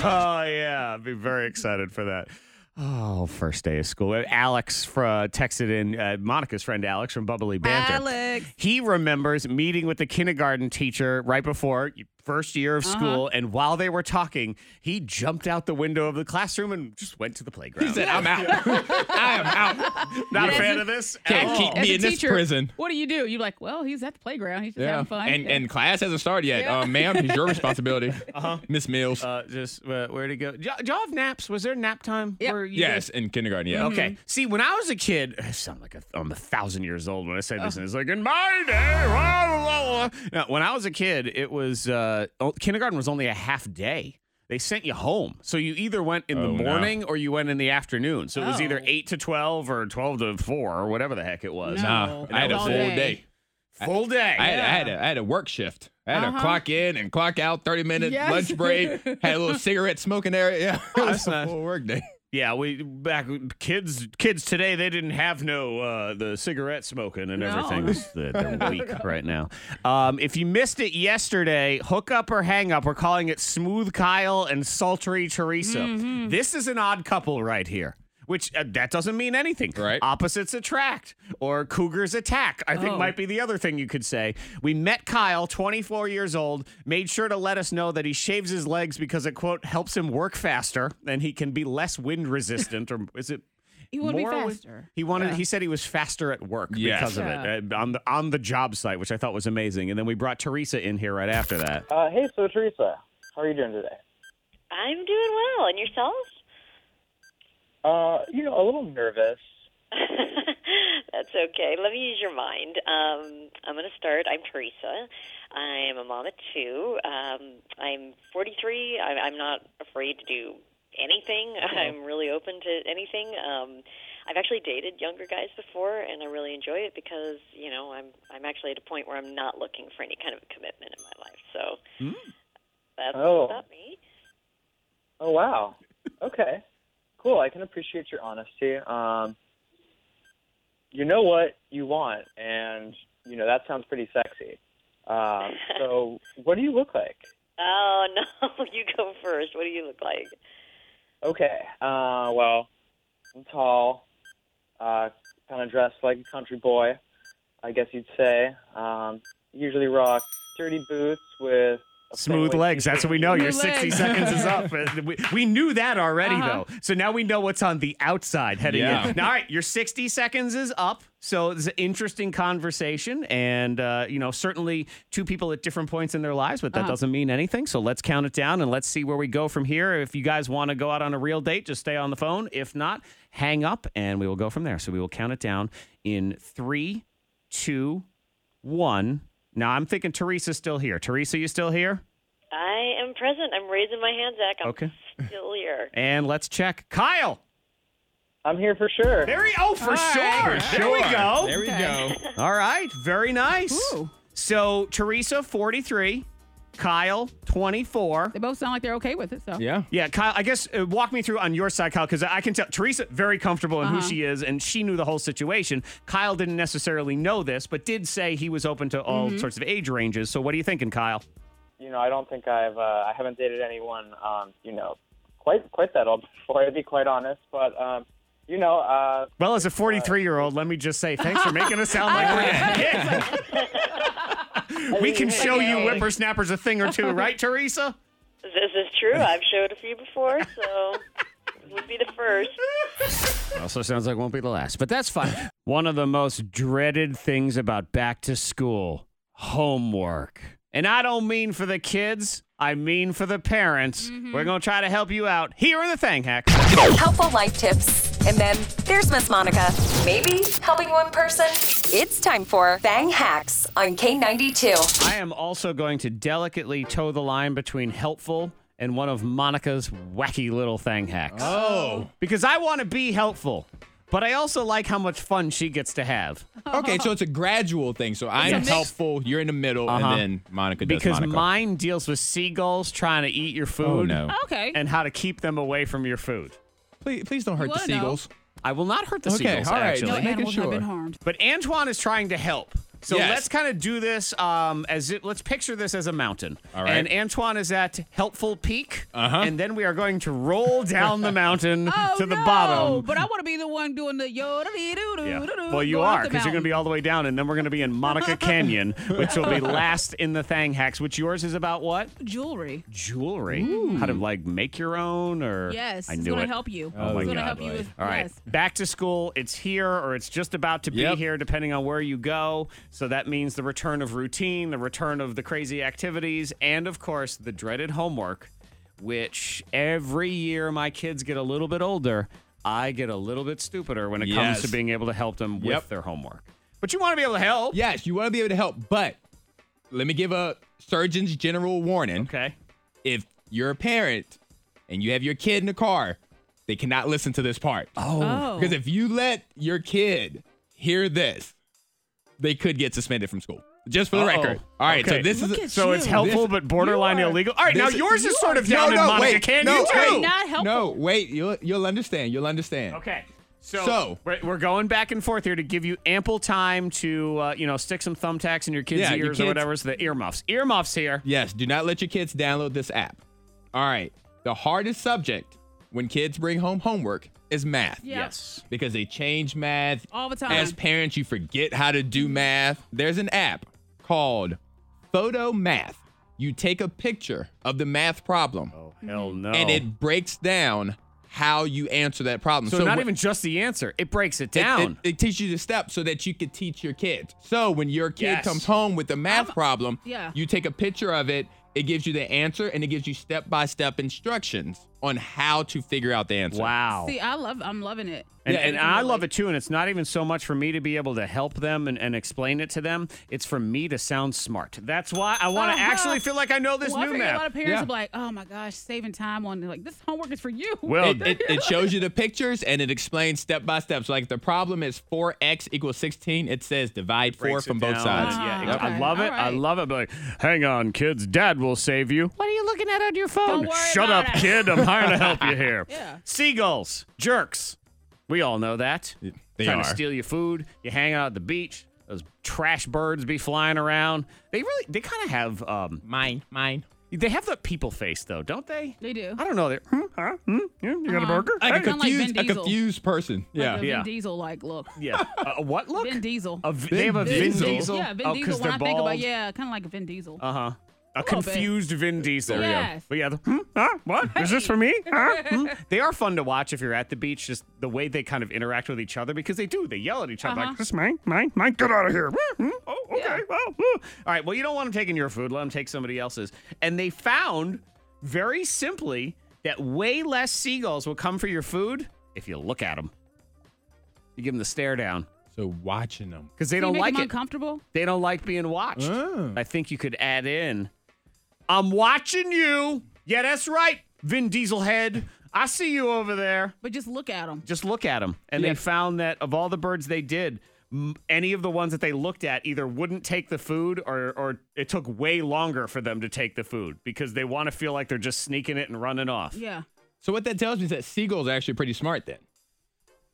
Speaker 1: Oh, yeah. I'd be very excited for that. Oh, first day of school. Alex fra texted in, uh, Monica's friend Alex from Bubbly Banter.
Speaker 5: Alex.
Speaker 1: He remembers meeting with the kindergarten teacher right before first year
Speaker 3: Uh-huh.
Speaker 1: of school. And while they were talking, he jumped out the window of the classroom and just went to the playground.
Speaker 3: He said, I'm out. I am out.
Speaker 1: Not
Speaker 5: Yes.
Speaker 1: a fan of this. at
Speaker 3: Can't
Speaker 1: all.
Speaker 3: keep-
Speaker 5: Oh. As
Speaker 3: Me
Speaker 5: a
Speaker 3: in this
Speaker 5: teacher,
Speaker 3: prison.
Speaker 5: What do you do? You're like, well, he's at the playground. He's just having fun.
Speaker 3: And
Speaker 5: Yeah.
Speaker 3: and class hasn't started yet.
Speaker 5: Yeah.
Speaker 3: Uh, ma'am, it's your responsibility. Uh-huh. Miss Mills.
Speaker 1: Uh, just uh, where to go? Do y'all- do y'all have naps? Was there nap time?
Speaker 5: Yep.
Speaker 1: where you
Speaker 3: yes, in kindergarten, yeah.
Speaker 1: guys- Okay. See, when I was a kid, I sound like a, I'm a thousand years old when I say
Speaker 5: Uh.
Speaker 1: this, and it's like in my day. Blah, blah, blah, blah." No, when I was a kid, it was uh, oh, kindergarten was only a half day. They sent you home, so you either went in the
Speaker 3: Oh, no.
Speaker 1: morning or you went in the afternoon. So it was either
Speaker 5: Oh.
Speaker 1: eight to twelve or twelve to four or whatever the heck it was.
Speaker 5: No.
Speaker 3: Nah, I had a
Speaker 5: All
Speaker 3: full
Speaker 5: day.
Speaker 3: day.
Speaker 1: Full day.
Speaker 3: I had, I had a, I had a work shift. I had a clock in and clock out, 30 minute
Speaker 5: Uh-huh. Yes.
Speaker 3: lunch break, had a little cigarette smoking area. Yeah, it was
Speaker 1: that's
Speaker 3: a
Speaker 1: nice.
Speaker 3: full work day.
Speaker 1: Yeah, we back kids kids today they didn't have no uh, the cigarette smoking and
Speaker 5: No.
Speaker 1: everything. They're, they're weak right now. Um, if you missed it yesterday, hook up or hang up. We're calling it smooth Kyle and sultry Teresa. This is an odd couple right here. Which uh, that doesn't mean anything.
Speaker 3: Right.
Speaker 1: Opposites attract or cougars attack. I think
Speaker 5: Oh.
Speaker 1: might be the other thing you could say. We met Kyle, 24 years old, made sure to let us know that he shaves his legs because it quote helps him work faster and he can be less wind resistant or is it
Speaker 5: He wanted to be
Speaker 1: more wind-
Speaker 5: faster.
Speaker 1: He wanted
Speaker 5: Yeah.
Speaker 1: he said he was faster at work
Speaker 3: Yes.
Speaker 1: because of it uh, on the on the job site, which I thought was amazing. And then we brought Teresa in here right after that.
Speaker 7: Uh, hey, so Teresa, how are you doing today?
Speaker 8: I'm doing well, and yourself?
Speaker 7: Uh, you know, a little nervous.
Speaker 8: That's okay. Let me use your mind. Um, I'm going to start. I'm Teresa. I'm a mom of two. Um, I'm 43. I, I'm not afraid to do anything. I'm really open to anything. Um, I've actually dated younger guys before, and I really enjoy it because you know I'm I'm actually at a point where I'm not looking for any kind of commitment in my life. So that's
Speaker 7: Oh.
Speaker 8: about me.
Speaker 7: Oh wow. Okay. Cool. I can appreciate your honesty. Um, you know what you want, and you know that sounds pretty sexy. Um, so what do you look like?
Speaker 8: Oh no, you go first. What do you look like?
Speaker 7: Okay. Uh, well, I'm tall, uh, kind of dressed like a country boy, I guess you'd say. Um, usually rock dirty boots with a
Speaker 1: Smooth
Speaker 7: family
Speaker 1: legs. That's what we know. Your
Speaker 5: Smooth
Speaker 1: 60
Speaker 5: legs. Uh-huh.
Speaker 1: seconds is up. Uh, We, we knew that already, though. So now we know what's on the outside heading
Speaker 3: Yeah.
Speaker 1: in. Now, all right, your 60 seconds is up. So it's an interesting conversation. And, uh, you know, certainly two people at different points in their lives, but that doesn't mean anything. So let's count it down and let's see where we go from here. If you guys want to go out on a real date, just stay on the phone. If not, hang up and we will go from there. So we will count it down in three, two, one. Now I'm thinking Teresa's still here. Teresa, you still here?
Speaker 8: I am present. I'm raising my hand, Zach. I'm
Speaker 1: Okay.
Speaker 8: still here.
Speaker 1: And let's check. Kyle.
Speaker 7: I'm here for sure.
Speaker 1: Very oh for sure. There we go.
Speaker 3: There we go.
Speaker 1: All right. Very nice.
Speaker 5: Ooh.
Speaker 1: So Teresa, 43. Kyle, 24.
Speaker 5: They both sound like they're okay with it. So
Speaker 3: Yeah.
Speaker 1: Yeah, Kyle, I guess uh, walk me through on your side, Kyle, because I can tell Teresa very comfortable in who she is, and she knew the whole situation. Kyle didn't necessarily know this, but did say he was open to all sorts of age ranges. So, what are you thinking, Kyle?
Speaker 7: you know, I don't think I've uh, I haven't dated anyone, um, you know, quite quite that old before. To be quite honest, but um, you know, uh,
Speaker 1: Well, as a 43 year old, let me just say thanks for making us sound like we're a kid. We can show you whippersnappers a thing or two, right, Teresa?
Speaker 8: This is true. I've showed a few before, so it would be the first.
Speaker 1: Also sounds like won't be the last, but that's fine. One of the most dreaded things about back to school homework. And I don't mean for the kids, I mean for the parents.
Speaker 3: Mm-hmm.
Speaker 1: We're going to try to help you out here in the Thang Hack.
Speaker 2: Helpful life tips. And then there's Miss Monica. Maybe helping one person. It's time for Bang Hacks on K92.
Speaker 1: I am also going to delicately toe the line between helpful and one of Monica's wacky little Thang Hacks.
Speaker 3: Oh.
Speaker 1: Because I want to be helpful. But I also like how much fun she gets to have
Speaker 3: Okay, so it's a gradual thing. So
Speaker 5: a
Speaker 3: I'm
Speaker 5: mix-
Speaker 3: helpful, you're in the middle,
Speaker 1: Uh-huh.
Speaker 3: and then Monica does
Speaker 1: because
Speaker 3: Monica.
Speaker 1: mine deals with seagulls trying to eat your food.
Speaker 3: oh no!
Speaker 5: Okay.
Speaker 1: And how to keep them away from your food.
Speaker 3: Please, please don't hurt the
Speaker 5: wanna know.
Speaker 3: seagulls.
Speaker 1: I will not hurt the
Speaker 3: Okay,
Speaker 1: seagulls.
Speaker 3: all right.
Speaker 1: Actually.
Speaker 5: no
Speaker 3: making
Speaker 5: animals have
Speaker 3: sure.
Speaker 5: been harmed.
Speaker 1: But Antoine is trying to help. So
Speaker 3: Yes.
Speaker 1: let's kind of do this um, as it, let's picture this as a mountain.
Speaker 3: All right.
Speaker 1: And Antoine is at Helpful Peak. Uh-huh. And then we are going to roll down the mountain
Speaker 5: Oh,
Speaker 1: to the
Speaker 5: no,
Speaker 1: bottom.
Speaker 5: But I want to be the one doing the yoda dee doo doo
Speaker 1: Yeah.
Speaker 5: doo doo.
Speaker 1: Well, you
Speaker 5: going up
Speaker 1: are
Speaker 5: the
Speaker 1: because you're going to be
Speaker 5: mountain.
Speaker 1: all the way down, and then we're going to be in Monica Canyon, which will be last in the Thang Hacks. Which yours is about what?
Speaker 5: jewelry.
Speaker 1: Jewelry. How to like make your own, or
Speaker 5: Yes,
Speaker 1: I
Speaker 5: it's
Speaker 1: knew
Speaker 5: gonna
Speaker 1: it.
Speaker 5: help you.
Speaker 1: Oh, my
Speaker 5: it's gonna
Speaker 1: God.
Speaker 5: help you with
Speaker 1: All right.
Speaker 5: yes.
Speaker 1: Back to school. It's here or it's just about to be
Speaker 3: Yep.
Speaker 1: here, depending on where you go. So that means the return of routine, the return of the crazy activities, and of course, the dreaded homework, which every year my kids get a little bit older. I get a little bit stupider when it comes
Speaker 3: Yes.
Speaker 1: to being able to help them with
Speaker 3: Yep.
Speaker 1: their homework. But you want to be able to help.
Speaker 3: Yes, you want to be able to help, but let me give a surgeon's general warning.
Speaker 1: Okay.
Speaker 3: If you're a parent and you have your kid in the car, they cannot listen to this part.
Speaker 5: Oh,
Speaker 3: Because if you let your kid hear this, they could get suspended from school. Just for the
Speaker 1: Uh-oh.
Speaker 3: record. All right,
Speaker 1: Okay.
Speaker 3: so this
Speaker 5: Look
Speaker 3: is
Speaker 5: at
Speaker 1: So it's
Speaker 5: you.
Speaker 1: helpful
Speaker 3: This-
Speaker 1: but borderline
Speaker 5: you are-
Speaker 1: illegal. All right, now
Speaker 3: this-
Speaker 1: yours is
Speaker 5: you
Speaker 1: sort
Speaker 5: are-
Speaker 1: of
Speaker 3: no,
Speaker 1: down in
Speaker 3: no,
Speaker 1: Monica
Speaker 3: wait,
Speaker 1: Canyon.
Speaker 3: no,
Speaker 1: too.
Speaker 3: wait,
Speaker 5: Not helpful.
Speaker 3: no, wait, you'll you'll understand, you'll understand.
Speaker 1: Okay. So,
Speaker 3: So-
Speaker 1: we're, we're going back and forth here to give you ample time to, uh, you know, stick some thumbtacks in your kids'
Speaker 3: Yeah,
Speaker 1: ears
Speaker 3: your
Speaker 1: or
Speaker 3: kids-
Speaker 1: whatever. So the earmuffs, earmuffs here.
Speaker 3: Yes, do not let your kids download this app. All right, the hardest subject when kids bring home homework is math.
Speaker 5: Yeah.
Speaker 1: Yes.
Speaker 3: because they change math
Speaker 5: All the time.
Speaker 3: As parents, you forget how to do math. There's an app called Photo Math. You take a picture of the math problem,
Speaker 1: Oh hell no.
Speaker 3: and it breaks down how you answer that problem.
Speaker 1: so, not
Speaker 3: wh-
Speaker 1: even just the answer. It breaks it
Speaker 3: it-
Speaker 1: down.
Speaker 3: It, it teaches you the steps so that you could teach your kids. So when your kid
Speaker 1: Yes.
Speaker 3: comes home with a math problem,
Speaker 5: yeah.
Speaker 3: you take a picture of it. It gives you the answer, and it gives you step-by-step instructions on how to figure out the answer.
Speaker 1: wow.
Speaker 5: see, I love. I'm loving it.
Speaker 1: and
Speaker 3: yeah,
Speaker 1: and
Speaker 3: it's
Speaker 1: I love it too. And it's not even so much for me to be able to help them and, and explain it to them. It's for me to sound smart. That's why I want to
Speaker 5: Uh-huh.
Speaker 1: actually feel like I know this
Speaker 5: well, I
Speaker 1: new
Speaker 5: figure A lot
Speaker 1: map.
Speaker 5: of parents
Speaker 3: Yeah.
Speaker 5: will be like, "Oh my gosh, saving time on like this homework is for you."
Speaker 1: Well,
Speaker 3: It, it, it shows you the pictures and it explains step by step. So like the problem is 4x equals 16. It says divide 4
Speaker 1: breaks it
Speaker 3: from both
Speaker 1: down.
Speaker 3: sides.
Speaker 5: Ah,
Speaker 1: Yeah,
Speaker 5: Yep.
Speaker 1: exactly. I
Speaker 5: okay.
Speaker 1: love it. I
Speaker 5: All right.
Speaker 1: love it. But like, hang on, kids. Dad will save you. What are you looking at on your phone?
Speaker 5: Don't worry
Speaker 1: Shut
Speaker 5: about
Speaker 1: up,
Speaker 5: it.
Speaker 1: kid. I'm here to help you here.
Speaker 5: Yeah.
Speaker 1: Seagulls, jerks. We all know that.
Speaker 3: They
Speaker 1: Trying
Speaker 3: are.
Speaker 1: to steal your food. You hang out at the beach. Those trash birds be flying around. They really, they kind of have, um,
Speaker 3: Mine, mine.
Speaker 1: they have the people face though, don't they?
Speaker 5: They do. Uh-huh.
Speaker 1: I don't know. They're, hmm, huh, hmm, yeah, you got a burger?
Speaker 3: Like a
Speaker 5: Kinda like
Speaker 3: confused,
Speaker 5: Vin
Speaker 3: a
Speaker 5: Diesel.
Speaker 3: confused person.
Speaker 5: Like
Speaker 3: Yeah.
Speaker 5: a Vin
Speaker 1: Yeah.
Speaker 5: Diesel like look.
Speaker 1: yeah. Uh, what look?
Speaker 5: Vin Diesel.
Speaker 1: A Vin- they have a Vin
Speaker 3: Diesel?
Speaker 1: Diesel.
Speaker 5: Yeah, Vin
Speaker 1: Oh, 'cause
Speaker 5: Diesel. When
Speaker 1: they're
Speaker 5: I think about
Speaker 1: bald?
Speaker 5: yeah, kind of like a Vin Diesel.
Speaker 1: Uh huh. A
Speaker 5: little bit.
Speaker 1: confused Vin Diesel.
Speaker 5: There we go. Yes.
Speaker 1: But yeah, the, hmm, huh, what? Is this for me? Huh? Hmm?" They are fun to watch if you're at the beach, just the way they kind of interact with each other because they do. They yell at each other
Speaker 5: Uh-huh.
Speaker 1: like, this mine, mine, mine, get out of here. Hmm, hmm, Oh, okay.
Speaker 5: Yeah.
Speaker 1: Well, hmm." all right. Well, you don't want them taking your food. Let them take somebody else's. And they found very simply that way less seagulls will come for your food if you look at them. You give them the stare down
Speaker 3: So watching them.
Speaker 1: because they
Speaker 5: Do you
Speaker 1: don't
Speaker 5: make
Speaker 1: like
Speaker 5: him
Speaker 1: it.
Speaker 5: uncomfortable.
Speaker 1: They don't like being watched.
Speaker 3: Oh.
Speaker 1: I think you could add in, I'm watching you. Yeah, that's right, Vin Diesel head. I see you over there.
Speaker 5: But just look at him.
Speaker 1: Just look at him. And they
Speaker 3: Yeah.
Speaker 1: found that of all the birds they did, m- any of the ones that they looked at either wouldn't take the food or, or it took way longer for them to take the food because they want to feel like they're just sneaking it and running off.
Speaker 5: Yeah.
Speaker 3: So what that tells me is that seagulls are actually pretty smart then.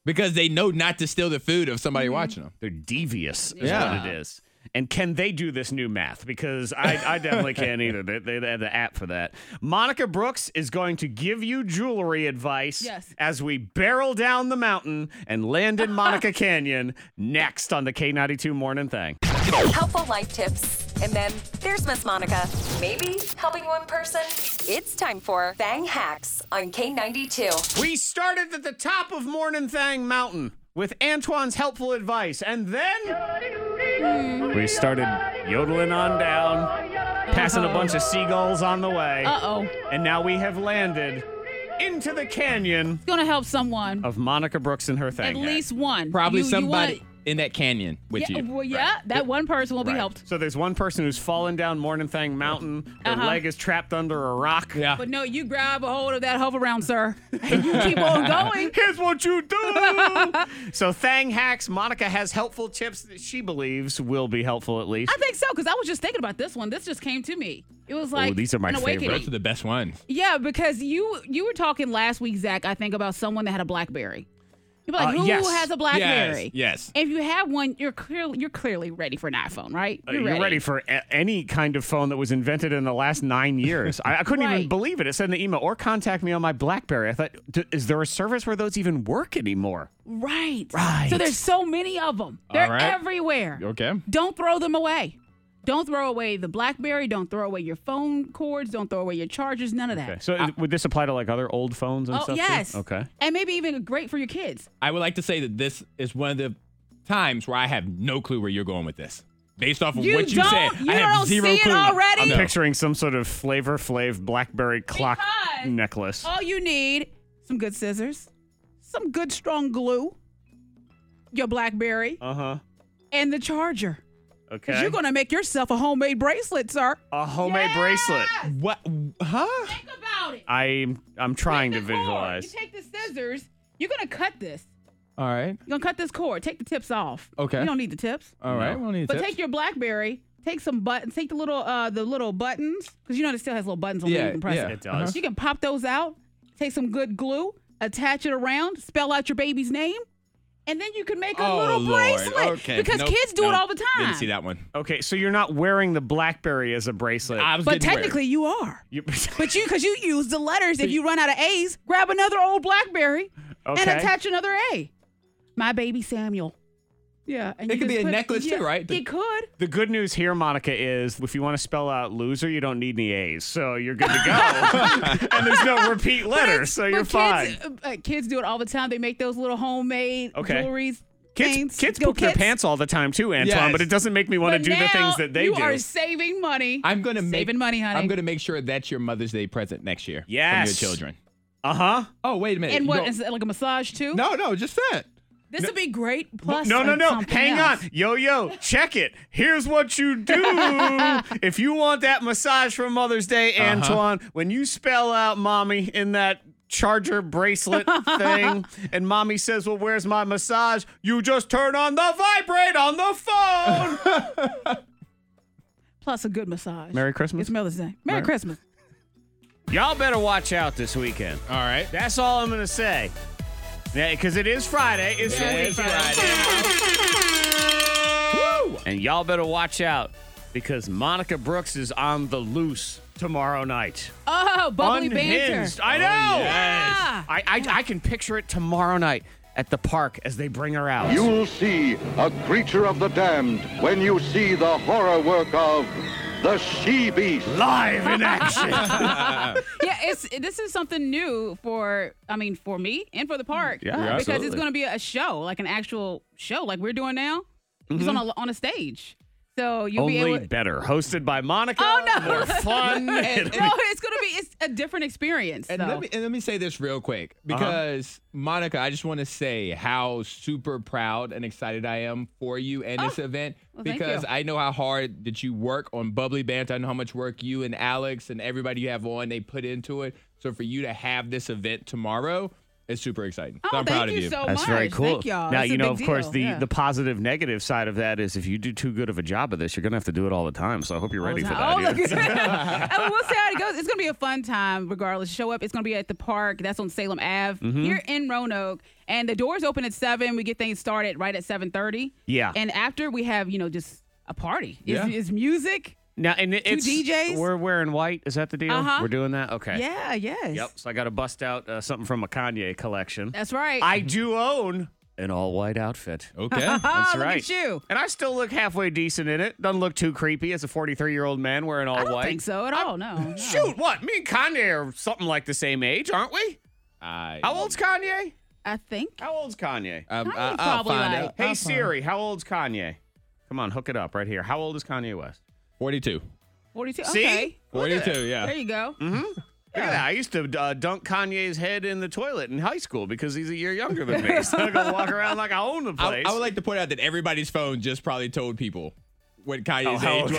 Speaker 3: Because they know not to steal the food of somebody
Speaker 5: Mm-hmm.
Speaker 3: watching them.
Speaker 1: They're devious, is
Speaker 3: Yeah.
Speaker 1: what it is. And can they do this new math? Because I, I definitely can't either. They, they, they have the app for that. Monica Brooks is going to give you jewelry advice
Speaker 5: Yes.
Speaker 1: as we barrel down the mountain and land in Monica Canyon next on the K92 Morning Thing.
Speaker 2: helpful life tips. And then there's Miss Monica. Maybe helping one person. It's time for Bang Hacks on K92.
Speaker 1: We started at the top of Morning Thang Mountain with Antoine's helpful advice, and then we started yodeling on down, passing a bunch of seagulls on the way.
Speaker 5: Uh oh. It's
Speaker 1: And now we have landed into the canyon
Speaker 5: gonna help someone.
Speaker 1: Oh, of Monica Brooks and her thing.
Speaker 5: At least one.
Speaker 3: Probably
Speaker 5: You- you
Speaker 3: somebody
Speaker 5: wanna-
Speaker 3: in that canyon with
Speaker 5: yeah,
Speaker 3: you.
Speaker 5: well, yeah, that one person will be
Speaker 1: Right.
Speaker 5: helped.
Speaker 1: So there's one person who's fallen down Morningthang Mountain. Their
Speaker 5: Uh-huh.
Speaker 1: leg is trapped under a rock.
Speaker 3: Yeah.
Speaker 5: But no, you grab a hold of that hover round, sir, and you keep on going.
Speaker 1: Here's what you do. so Thang hacks. Monica has helpful tips that she believes will be helpful at least.
Speaker 5: I think so because I was just thinking about this one. This just came to me. It was like
Speaker 1: these are my
Speaker 5: an awakening.
Speaker 1: favorites.
Speaker 3: Those are the best ones.
Speaker 5: Yeah, because you you were talking last week, Zach. I think about someone that had a BlackBerry. You're like,
Speaker 1: Uh,
Speaker 5: who
Speaker 1: yes.
Speaker 5: has a BlackBerry?
Speaker 3: yes.
Speaker 5: If you have one, you're clearly you're clearly ready for an iPhone, right?
Speaker 1: Uh, You're ready, for a- any kind of phone that was invented in the last nine years. I, I couldn't even
Speaker 5: Right.
Speaker 1: believe it. It said in the email or contact me on my BlackBerry. I thought, D- is there a service where those even work anymore?
Speaker 5: Right.
Speaker 1: Right.
Speaker 5: So there's so many of them. They're
Speaker 3: right.
Speaker 5: everywhere.
Speaker 3: Okay.
Speaker 5: Don't throw them away. Don't throw away the BlackBerry. Don't throw away your phone cords. Don't throw away your chargers. None of that.
Speaker 1: So uh, would this apply to like other old phones and
Speaker 5: Oh
Speaker 1: stuff? too?
Speaker 5: yes.
Speaker 1: Okay.
Speaker 5: And maybe even great for your kids.
Speaker 3: I would like to say that this is one of the times where I have no clue where you're going with this. Based off of
Speaker 5: You
Speaker 3: what you
Speaker 5: don't-
Speaker 3: said,
Speaker 5: you
Speaker 3: I have
Speaker 5: don't
Speaker 3: zero
Speaker 5: see it
Speaker 3: clue.
Speaker 5: already?
Speaker 1: I'm
Speaker 5: No.
Speaker 1: picturing some sort of flavor flav BlackBerry clock
Speaker 5: Because- Oh.
Speaker 1: necklace.
Speaker 5: All you need some good scissors, some good strong glue, your BlackBerry,
Speaker 1: Uh huh.
Speaker 5: and the charger. Because
Speaker 1: Okay.
Speaker 5: you're going to make yourself a homemade bracelet, sir.
Speaker 1: a homemade bracelet.
Speaker 3: What? Huh?
Speaker 5: Think about it.
Speaker 1: I'm I'm trying to
Speaker 5: Take the cord.
Speaker 1: visualize.
Speaker 5: You take the scissors. You're going to cut this.
Speaker 3: All right.
Speaker 5: You're going to cut this cord. Take the tips off.
Speaker 3: Okay.
Speaker 5: You don't need the tips.
Speaker 3: All right. We'll need
Speaker 5: But
Speaker 3: tips.
Speaker 5: take your BlackBerry. Take some buttons. Take the little uh the little buttons because you know it still has little buttons on there you
Speaker 3: yeah.
Speaker 5: can press
Speaker 3: yeah. Uh-huh.
Speaker 5: it.
Speaker 1: It does.
Speaker 5: You can pop those out, take some good glue, attach it around, spell out your baby's name, and then you can make a
Speaker 3: Oh,
Speaker 5: little
Speaker 3: Lord.
Speaker 5: bracelet.
Speaker 3: Okay.
Speaker 5: Because
Speaker 3: Nope,
Speaker 5: kids do it
Speaker 3: nope.
Speaker 5: all the time.
Speaker 3: Didn't see that one.
Speaker 1: Okay, so you're not wearing the BlackBerry as a bracelet.
Speaker 3: I was
Speaker 5: But
Speaker 3: getting weird.
Speaker 5: technically you are.
Speaker 1: You-
Speaker 5: But you because you use the letters, if you run out of A's, grab another old Blackberry and
Speaker 1: Okay.
Speaker 5: attach another A. My baby Samuel. Yeah. And
Speaker 3: It
Speaker 5: you
Speaker 3: could
Speaker 5: just
Speaker 3: be a
Speaker 5: put-
Speaker 3: necklace too,
Speaker 5: yeah,
Speaker 3: right? The-
Speaker 5: It could.
Speaker 1: the good news here, Monica, is if you want to spell out loser, you don't need any A's, so you're good to go. and there's no repeat letters, so you're
Speaker 5: But
Speaker 1: fine.
Speaker 5: kids, uh, uh, kids do it all the time. They make those little homemade
Speaker 1: Okay.
Speaker 5: jewelries.
Speaker 1: Kids,
Speaker 5: things.
Speaker 1: kids
Speaker 5: Go
Speaker 1: poop their
Speaker 5: kids.
Speaker 1: pants all the time too, Antoine.
Speaker 3: Yes.
Speaker 1: But it doesn't make me want to
Speaker 5: But
Speaker 1: do the
Speaker 5: now
Speaker 1: things that they
Speaker 5: you
Speaker 1: do.
Speaker 5: are saving money.
Speaker 3: I'm gonna make
Speaker 5: saving money, honey.
Speaker 3: I'm gonna make sure that's your Mother's Day present next year.
Speaker 1: Yes.
Speaker 3: From your children.
Speaker 1: Uh huh.
Speaker 3: Oh wait a minute.
Speaker 5: and
Speaker 3: You
Speaker 5: what
Speaker 3: don't-
Speaker 5: is it like a massage too?
Speaker 3: no, no, just that.
Speaker 5: This would be great. Plus,
Speaker 1: No, no,
Speaker 5: on
Speaker 1: no.
Speaker 5: something
Speaker 1: Hang
Speaker 5: else.
Speaker 1: on. Yo, yo, check it. Here's what you do. if you want that massage for Mother's Day, Antoine, when you spell out mommy in that charger bracelet thing, and mommy says, Well, where's my massage? You just turn on the vibrate on the phone.
Speaker 5: Plus a good massage.
Speaker 1: Merry Christmas.
Speaker 5: It's Mother's Day. Merry
Speaker 1: Merry-
Speaker 5: Christmas.
Speaker 1: Y'all better watch out this weekend.
Speaker 3: All right.
Speaker 1: That's all I'm going to say. Because it is Friday. It's the
Speaker 3: It's
Speaker 1: weekend.
Speaker 3: Friday. Woo!
Speaker 1: And y'all better watch out because Monica Brooks is on the loose tomorrow night.
Speaker 5: Oh, bubbly
Speaker 1: Unhinged.
Speaker 5: banter.
Speaker 1: I know.
Speaker 5: yes.
Speaker 1: I, I I can picture it tomorrow night at the park as they bring her out.
Speaker 9: You will see a creature of the damned when you see the horror work of the she beast.
Speaker 1: live in action.
Speaker 5: Yeah, it's this is something new for I mean for me and for the park.
Speaker 1: Yeah,
Speaker 5: because it's
Speaker 1: absolutely.
Speaker 5: going to be a show, like an actual show, like we're doing now. It's on a on a stage, so you'll be
Speaker 1: Mm-hmm. Only
Speaker 5: able.
Speaker 1: better. Hosted by Monica.
Speaker 5: Oh, no.
Speaker 1: More fun. It'll
Speaker 5: No,
Speaker 1: be-
Speaker 5: it's going to be it's a different experience.
Speaker 3: And
Speaker 5: though.
Speaker 3: let, me, and let me say this real quick
Speaker 5: Uh-huh.
Speaker 3: because Monica, I just want to say how super proud and excited I am for you and this event
Speaker 5: Ah, thank
Speaker 3: because
Speaker 5: you.
Speaker 3: I know how hard that you work on Bubbly Banter. I know how much work you and Alex and everybody you have on they put into it. So for you to have this event tomorrow is super exciting.
Speaker 5: Oh,
Speaker 3: so I'm
Speaker 5: thank
Speaker 3: proud of
Speaker 5: you
Speaker 3: you.
Speaker 5: so
Speaker 1: That's
Speaker 5: much.
Speaker 1: very cool.
Speaker 5: Thank y'all.
Speaker 1: Now
Speaker 5: That's a
Speaker 1: you know,
Speaker 5: big
Speaker 1: of course,
Speaker 5: deal.
Speaker 1: the
Speaker 5: Yeah.
Speaker 1: the positive negative side of that is if you do too good of a job of this, you're gonna have to do it all the time. So I hope you're ready for that.
Speaker 5: Oh, look. and we'll see how it goes. It's going to be a fun time regardless. Show up. It's going to be at the park. That's on Salem Ave
Speaker 1: Mm-hmm.
Speaker 5: here in Roanoke. And the doors open at 7. We get things started right at 7.30.
Speaker 1: Yeah.
Speaker 5: And after, we have, you know, just a party. It's,
Speaker 3: Yeah.
Speaker 5: it's music.
Speaker 1: Now and it- it's
Speaker 5: DJs?
Speaker 1: We're wearing white. Is that the deal?
Speaker 5: Uh-huh.
Speaker 1: We're doing that. Okay.
Speaker 5: Yeah, yes.
Speaker 1: Yep. So I got to bust out uh, something from a Kanye collection.
Speaker 5: That's right.
Speaker 1: I do own an all white outfit.
Speaker 3: Okay.
Speaker 5: oh,
Speaker 1: That's
Speaker 5: look
Speaker 1: right.
Speaker 5: at you.
Speaker 1: And I still look halfway decent in it. Doesn't look too creepy as a 43 year old man wearing all
Speaker 5: I don't
Speaker 1: white.
Speaker 5: think so at all. No. no.
Speaker 1: Shoot, what? Me and Kanye are something like the same age, aren't we?
Speaker 3: I,
Speaker 1: How old's Kanye?
Speaker 5: I think.
Speaker 1: How old's Kanye?
Speaker 3: Um,
Speaker 5: Kanye's
Speaker 3: I, will
Speaker 5: probably
Speaker 3: find
Speaker 5: like-
Speaker 3: out.
Speaker 1: hey
Speaker 5: I'm fine.
Speaker 1: Siri, how old's Kanye? Come on, hook it up right here. How old is Kanye West?
Speaker 3: 42.
Speaker 5: 42.
Speaker 1: See?
Speaker 5: Okay.
Speaker 3: 42, yeah.
Speaker 5: There you go.
Speaker 1: Look at that. I used to uh, dunk Kanye's head in the toilet in high school because he's a year younger than me. So I go walk around like I own the
Speaker 3: I,
Speaker 1: place.
Speaker 3: I would like to point out that everybody's phone just probably told people what Kanye's
Speaker 1: how
Speaker 3: age
Speaker 1: old
Speaker 3: was.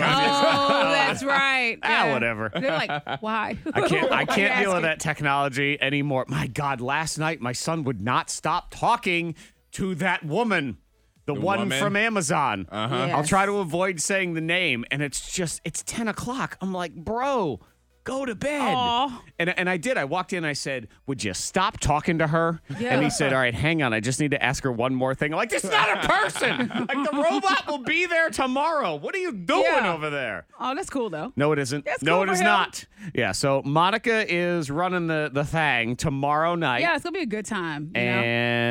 Speaker 5: Oh, that's right.
Speaker 1: Ah, whatever.
Speaker 5: They're like, why?
Speaker 1: I can't. I
Speaker 5: Why
Speaker 1: can't deal with
Speaker 5: asking?
Speaker 1: that technology anymore. My God, last night my son would not stop talking to that woman, the,
Speaker 3: The
Speaker 1: one
Speaker 3: woman?
Speaker 1: from Amazon.
Speaker 5: Uh-huh.
Speaker 1: I'll
Speaker 5: Yes.
Speaker 1: try to avoid saying the name, and it's just it's ten o'clock. I'm like, bro, go to bed.
Speaker 5: Aw.
Speaker 1: And and I did. I walked in. I said, would you stop talking to her?
Speaker 5: Yeah.
Speaker 1: And he said, all right, hang on. I just need to ask her one more thing. I'm like, this is not a person. like the robot will be there tomorrow. What are you doing
Speaker 5: Yeah.
Speaker 1: over there?
Speaker 5: Oh, that's cool though.
Speaker 1: No, it isn't.
Speaker 5: That's
Speaker 1: no,
Speaker 5: cool
Speaker 1: it
Speaker 5: for
Speaker 1: is
Speaker 5: him.
Speaker 1: not. Yeah. So Monica is running the the thing tomorrow night.
Speaker 5: Yeah, it's gonna be a good time. You know?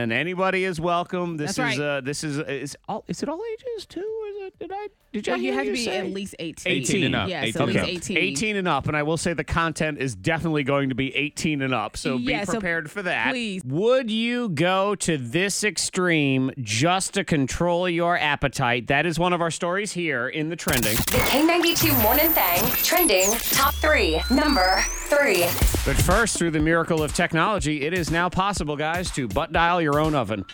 Speaker 1: And anybody is welcome. This
Speaker 5: That's
Speaker 1: is
Speaker 5: right.
Speaker 1: uh this is is all is it all ages too? Or is it did I did
Speaker 5: Well,
Speaker 1: I
Speaker 5: you
Speaker 1: hear
Speaker 5: have to be
Speaker 1: say?
Speaker 5: at least 18.
Speaker 3: 18 and up.
Speaker 5: Yes,
Speaker 3: 18.
Speaker 5: at least
Speaker 3: Okay.
Speaker 5: 18.
Speaker 1: 18 and up, and I will say the content is definitely going to be 18 and up, so
Speaker 5: Yeah,
Speaker 1: be
Speaker 5: so
Speaker 1: prepared for that.
Speaker 5: please.
Speaker 1: Would you go to this extreme just to control your appetite? That is one of our stories here in the trending.
Speaker 2: The K92 Morning Thang trending top three. Number three.
Speaker 1: But first, through the miracle of technology, it is now possible, guys, to butt dial your own oven.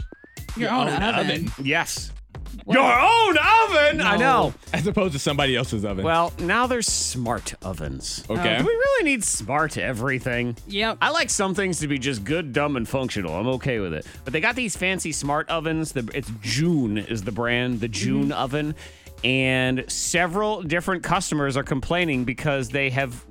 Speaker 5: Your own
Speaker 3: own
Speaker 5: oven.
Speaker 3: oven.
Speaker 1: Yes. Your own oven? I know.
Speaker 3: As opposed to somebody else's oven.
Speaker 1: Well, now there's smart ovens. Uh,
Speaker 3: Okay.
Speaker 1: Do we really need smart everything?
Speaker 5: Yep.
Speaker 1: I like some things to be just good, dumb, and functional. I'm okay with it. But they got these fancy smart ovens. The, it's June is the brand,
Speaker 5: Mm-hmm.
Speaker 1: the June oven. And several different customers are complaining because they have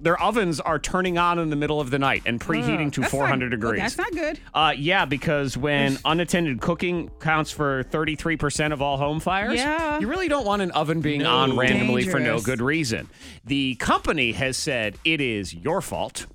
Speaker 1: their ovens are turning on in the middle of the night and preheating to
Speaker 5: Oh, That's
Speaker 1: 400
Speaker 5: not-
Speaker 1: degrees.
Speaker 5: That's not good.
Speaker 1: Uh, yeah, because when unattended cooking counts for 33% of all home fires,
Speaker 5: Yeah.
Speaker 1: you really don't want an oven being on randomly for no
Speaker 5: Dangerous.
Speaker 1: good reason. The company has said it is your fault.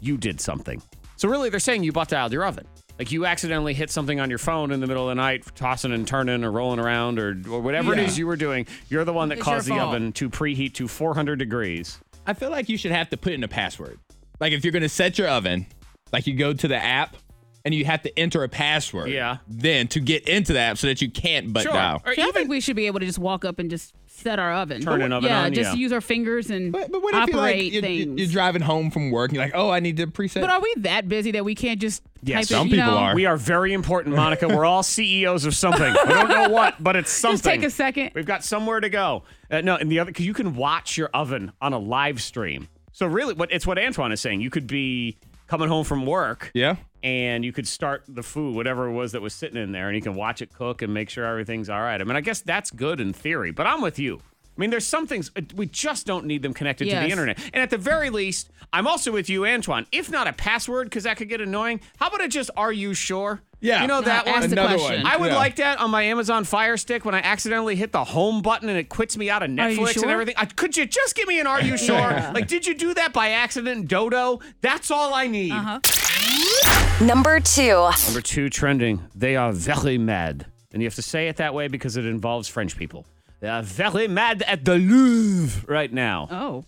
Speaker 1: You did something. So really, they're saying you butt dialed your oven. Like you accidentally hit something on your phone in the middle of the night, tossing and turning or rolling around or, or whatever it
Speaker 3: Yeah.
Speaker 1: is you were doing. You're the one that
Speaker 5: It's your
Speaker 1: caused the
Speaker 5: fault.
Speaker 1: oven to preheat to 400 degrees.
Speaker 3: I feel like you should have to put in a password. Like if you're gonna set your oven, like you go to the app and you have to enter a password.
Speaker 1: Yeah.
Speaker 3: Then to get into the app so that you can't butt dial.
Speaker 1: Or
Speaker 5: See, I
Speaker 1: even
Speaker 5: think we should be able to just walk up and just set our oven.
Speaker 1: Turn an oven
Speaker 5: yeah,
Speaker 1: on,
Speaker 5: just
Speaker 1: yeah.
Speaker 5: use our fingers and
Speaker 3: But, but what if
Speaker 5: operate
Speaker 3: you like, you're,
Speaker 5: things.
Speaker 3: you're- you're driving home from work and you're like, oh, I need to preset.
Speaker 5: but are we that busy that we can't just?
Speaker 1: Yes.
Speaker 5: type it,
Speaker 3: Some
Speaker 5: you
Speaker 3: people
Speaker 5: know?
Speaker 3: are.
Speaker 1: We are very important, Monica. We're all CEOs of something. We don't know what, but it's something.
Speaker 5: Just take a second.
Speaker 1: We've got somewhere to go. Uh, no, and the other, because you can watch your oven on a live stream. So really, what it's what Antoine is saying. You could be coming home from work,
Speaker 3: yeah.
Speaker 1: and you could start the food, whatever it was that was sitting in there, and you can watch it cook and make sure everything's all right. I mean, I guess that's good in theory, but I'm with you. I mean, there's some things uh, we just don't need them connected to the
Speaker 5: Yes.
Speaker 1: internet. And at the very least, I'm also with you, Antoine. If not a password, because that could get annoying, how about it just, are you sure?
Speaker 3: Yeah.
Speaker 1: You know that
Speaker 5: ask
Speaker 1: one?
Speaker 5: the
Speaker 3: Another
Speaker 5: question.
Speaker 3: one.
Speaker 1: I would
Speaker 3: Yeah.
Speaker 1: like that on my Amazon Fire Stick when I accidentally hit the home button and it quits me out of
Speaker 5: you
Speaker 1: Netflix and
Speaker 5: sure?
Speaker 1: everything. I, could you just give me an Are You Sure?
Speaker 5: Yeah.
Speaker 1: Like, did you do that by accident, Dodo? That's all I need.
Speaker 5: Uh-huh.
Speaker 2: Number two.
Speaker 1: Number two trending, they are very mad. And you have to say it that way because it involves French people. They are very mad at the Louvre right now.
Speaker 5: Oh,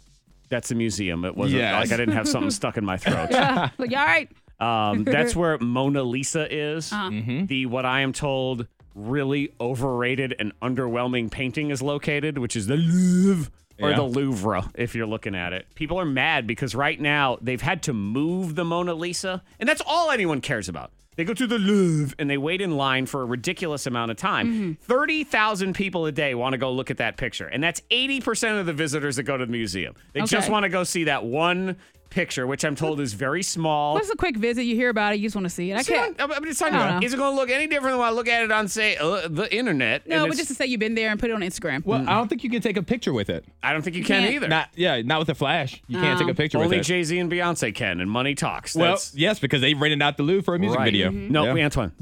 Speaker 1: That's a museum. It wasn't
Speaker 3: Yes.
Speaker 1: like I didn't have something stuck in my throat.
Speaker 5: like, all right.
Speaker 1: Um, that's where Mona Lisa is. The what I am told really overrated and underwhelming painting is located, which is the Louvre or
Speaker 3: Yeah.
Speaker 1: the Louvre if you're looking at it. People are mad because right now they've had to move the Mona Lisa, and that's all anyone cares about. They go to the Louvre and they wait in line for a ridiculous amount of time. 30,000 people a day want to go look at that picture, and that's 80% of the visitors that go to the museum. They just
Speaker 5: Okay.
Speaker 1: want to go see that one picture, which I'm told is very small.
Speaker 5: What's a quick visit? You hear about it, you just want to see it. I
Speaker 1: See,
Speaker 5: can't.
Speaker 1: I- I mean, it's not
Speaker 5: I don't
Speaker 1: gonna-
Speaker 5: know.
Speaker 1: is it going to look any different than when I look at it on, say, uh, the internet?
Speaker 5: No,
Speaker 1: And
Speaker 5: but
Speaker 1: it's-
Speaker 5: just to say you've been there and put it on Instagram.
Speaker 3: Well, I don't think you can take a picture with it.
Speaker 1: I don't think you can
Speaker 5: can't-
Speaker 1: either.
Speaker 3: Not yeah, not with a flash. You can't
Speaker 5: Oh.
Speaker 3: take a picture
Speaker 1: Only
Speaker 3: with it.
Speaker 1: Jay Z and Beyonce can, and money talks.
Speaker 3: well,
Speaker 1: That's
Speaker 3: yes, because they rented out the Louvre for a music
Speaker 1: right. Mm-hmm.
Speaker 3: video.
Speaker 1: No,
Speaker 3: Yeah.
Speaker 1: Antoine.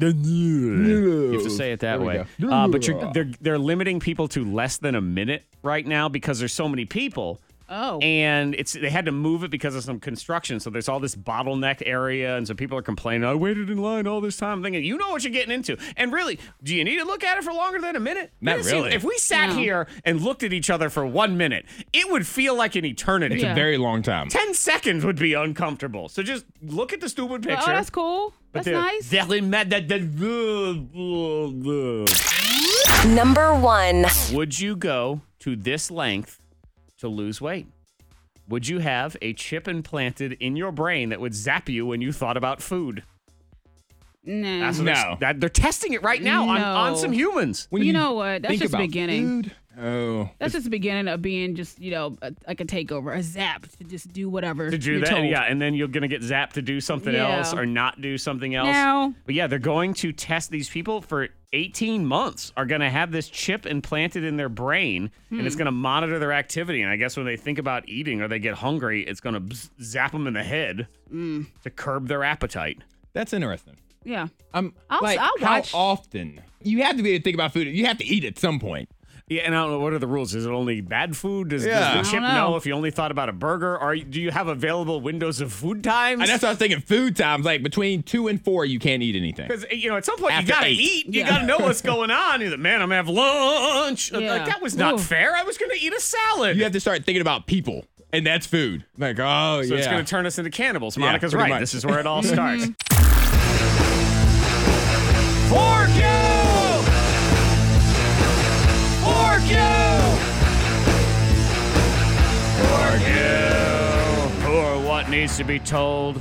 Speaker 1: You have to say it that
Speaker 3: There we
Speaker 1: way.
Speaker 3: go.
Speaker 1: Uh, but you're, they're they're limiting people to less than a minute right now because there's so many people.
Speaker 5: Oh.
Speaker 1: And it's they had to move it because of some construction. So there's all this bottleneck area, and so people are complaining. I waited in line all this time, thinking you know what you're getting into. And really, do you need to look at it for longer than a minute?
Speaker 3: Not
Speaker 1: It seems-
Speaker 3: really.
Speaker 1: If we sat
Speaker 5: No.
Speaker 1: here and looked at each other for one minute, it would feel like an eternity.
Speaker 5: Yeah.
Speaker 3: Very long time.
Speaker 1: 10 seconds would be uncomfortable. So just look at the stupid
Speaker 5: oh,
Speaker 1: picture.
Speaker 5: that's cool.
Speaker 1: But
Speaker 5: That's
Speaker 1: they're
Speaker 5: nice.
Speaker 1: very mad that the-
Speaker 2: Number one.
Speaker 1: Would you go to this length to lose weight? would you have a chip implanted in your brain that would zap you when you thought about food?
Speaker 5: Nah.
Speaker 1: That's what they're-
Speaker 3: No.
Speaker 1: that- they're testing it right now on,
Speaker 5: No.
Speaker 1: on some humans.
Speaker 3: When
Speaker 5: You know what? That's
Speaker 3: think
Speaker 5: just
Speaker 3: about
Speaker 5: beginning.
Speaker 3: food- oh,
Speaker 5: That's just the beginning of being just, you know, a, like a takeover, a zap to just do whatever.
Speaker 1: to do
Speaker 5: you're
Speaker 1: that.
Speaker 5: told.
Speaker 1: Yeah, and then you're gonna get zapped to do something
Speaker 5: Yeah.
Speaker 1: else or not do something else.
Speaker 5: No.
Speaker 1: But yeah, they're going to test these people for 18 months. Are gonna have this chip implanted in their brain, and
Speaker 5: Hmm.
Speaker 1: it's gonna monitor their activity. And I guess when they think about eating or they get hungry, it's gonna bzz- zap them in the head
Speaker 5: Mm.
Speaker 1: to curb their appetite.
Speaker 3: that's interesting.
Speaker 5: Yeah.
Speaker 3: I'm
Speaker 5: I'll-
Speaker 3: like,
Speaker 5: I'll
Speaker 3: how
Speaker 5: watch.
Speaker 3: often? You have to be able to think about food. You have to eat at some point.
Speaker 1: Yeah, and I don't know what are the rules. Is it only bad food? Does,
Speaker 3: Yeah. I
Speaker 1: does
Speaker 3: don't
Speaker 1: the chip
Speaker 5: know.
Speaker 1: know. if you only thought about a burger? Or do you have available windows of food times?
Speaker 3: And that's what I was thinking. Food times, like between two and four, you can't eat anything.
Speaker 1: Because eh, you know, at some point you
Speaker 3: After
Speaker 1: gotta
Speaker 3: eight.
Speaker 1: eat. You
Speaker 5: Yeah.
Speaker 1: gotta know what's going on. You're like, man, I'm gonna have lunch. I'm Like
Speaker 5: Yeah.
Speaker 1: that was not
Speaker 5: Ooh.
Speaker 1: fair. I was gonna eat a salad.
Speaker 3: You have to start thinking about people, and that's food. Like, oh
Speaker 1: so
Speaker 3: yeah,
Speaker 1: it's gonna turn us into cannibals.
Speaker 3: Yeah,
Speaker 1: Monica's
Speaker 3: pretty
Speaker 1: right.
Speaker 3: much.
Speaker 1: This is where it all starts. Or what needs to be told?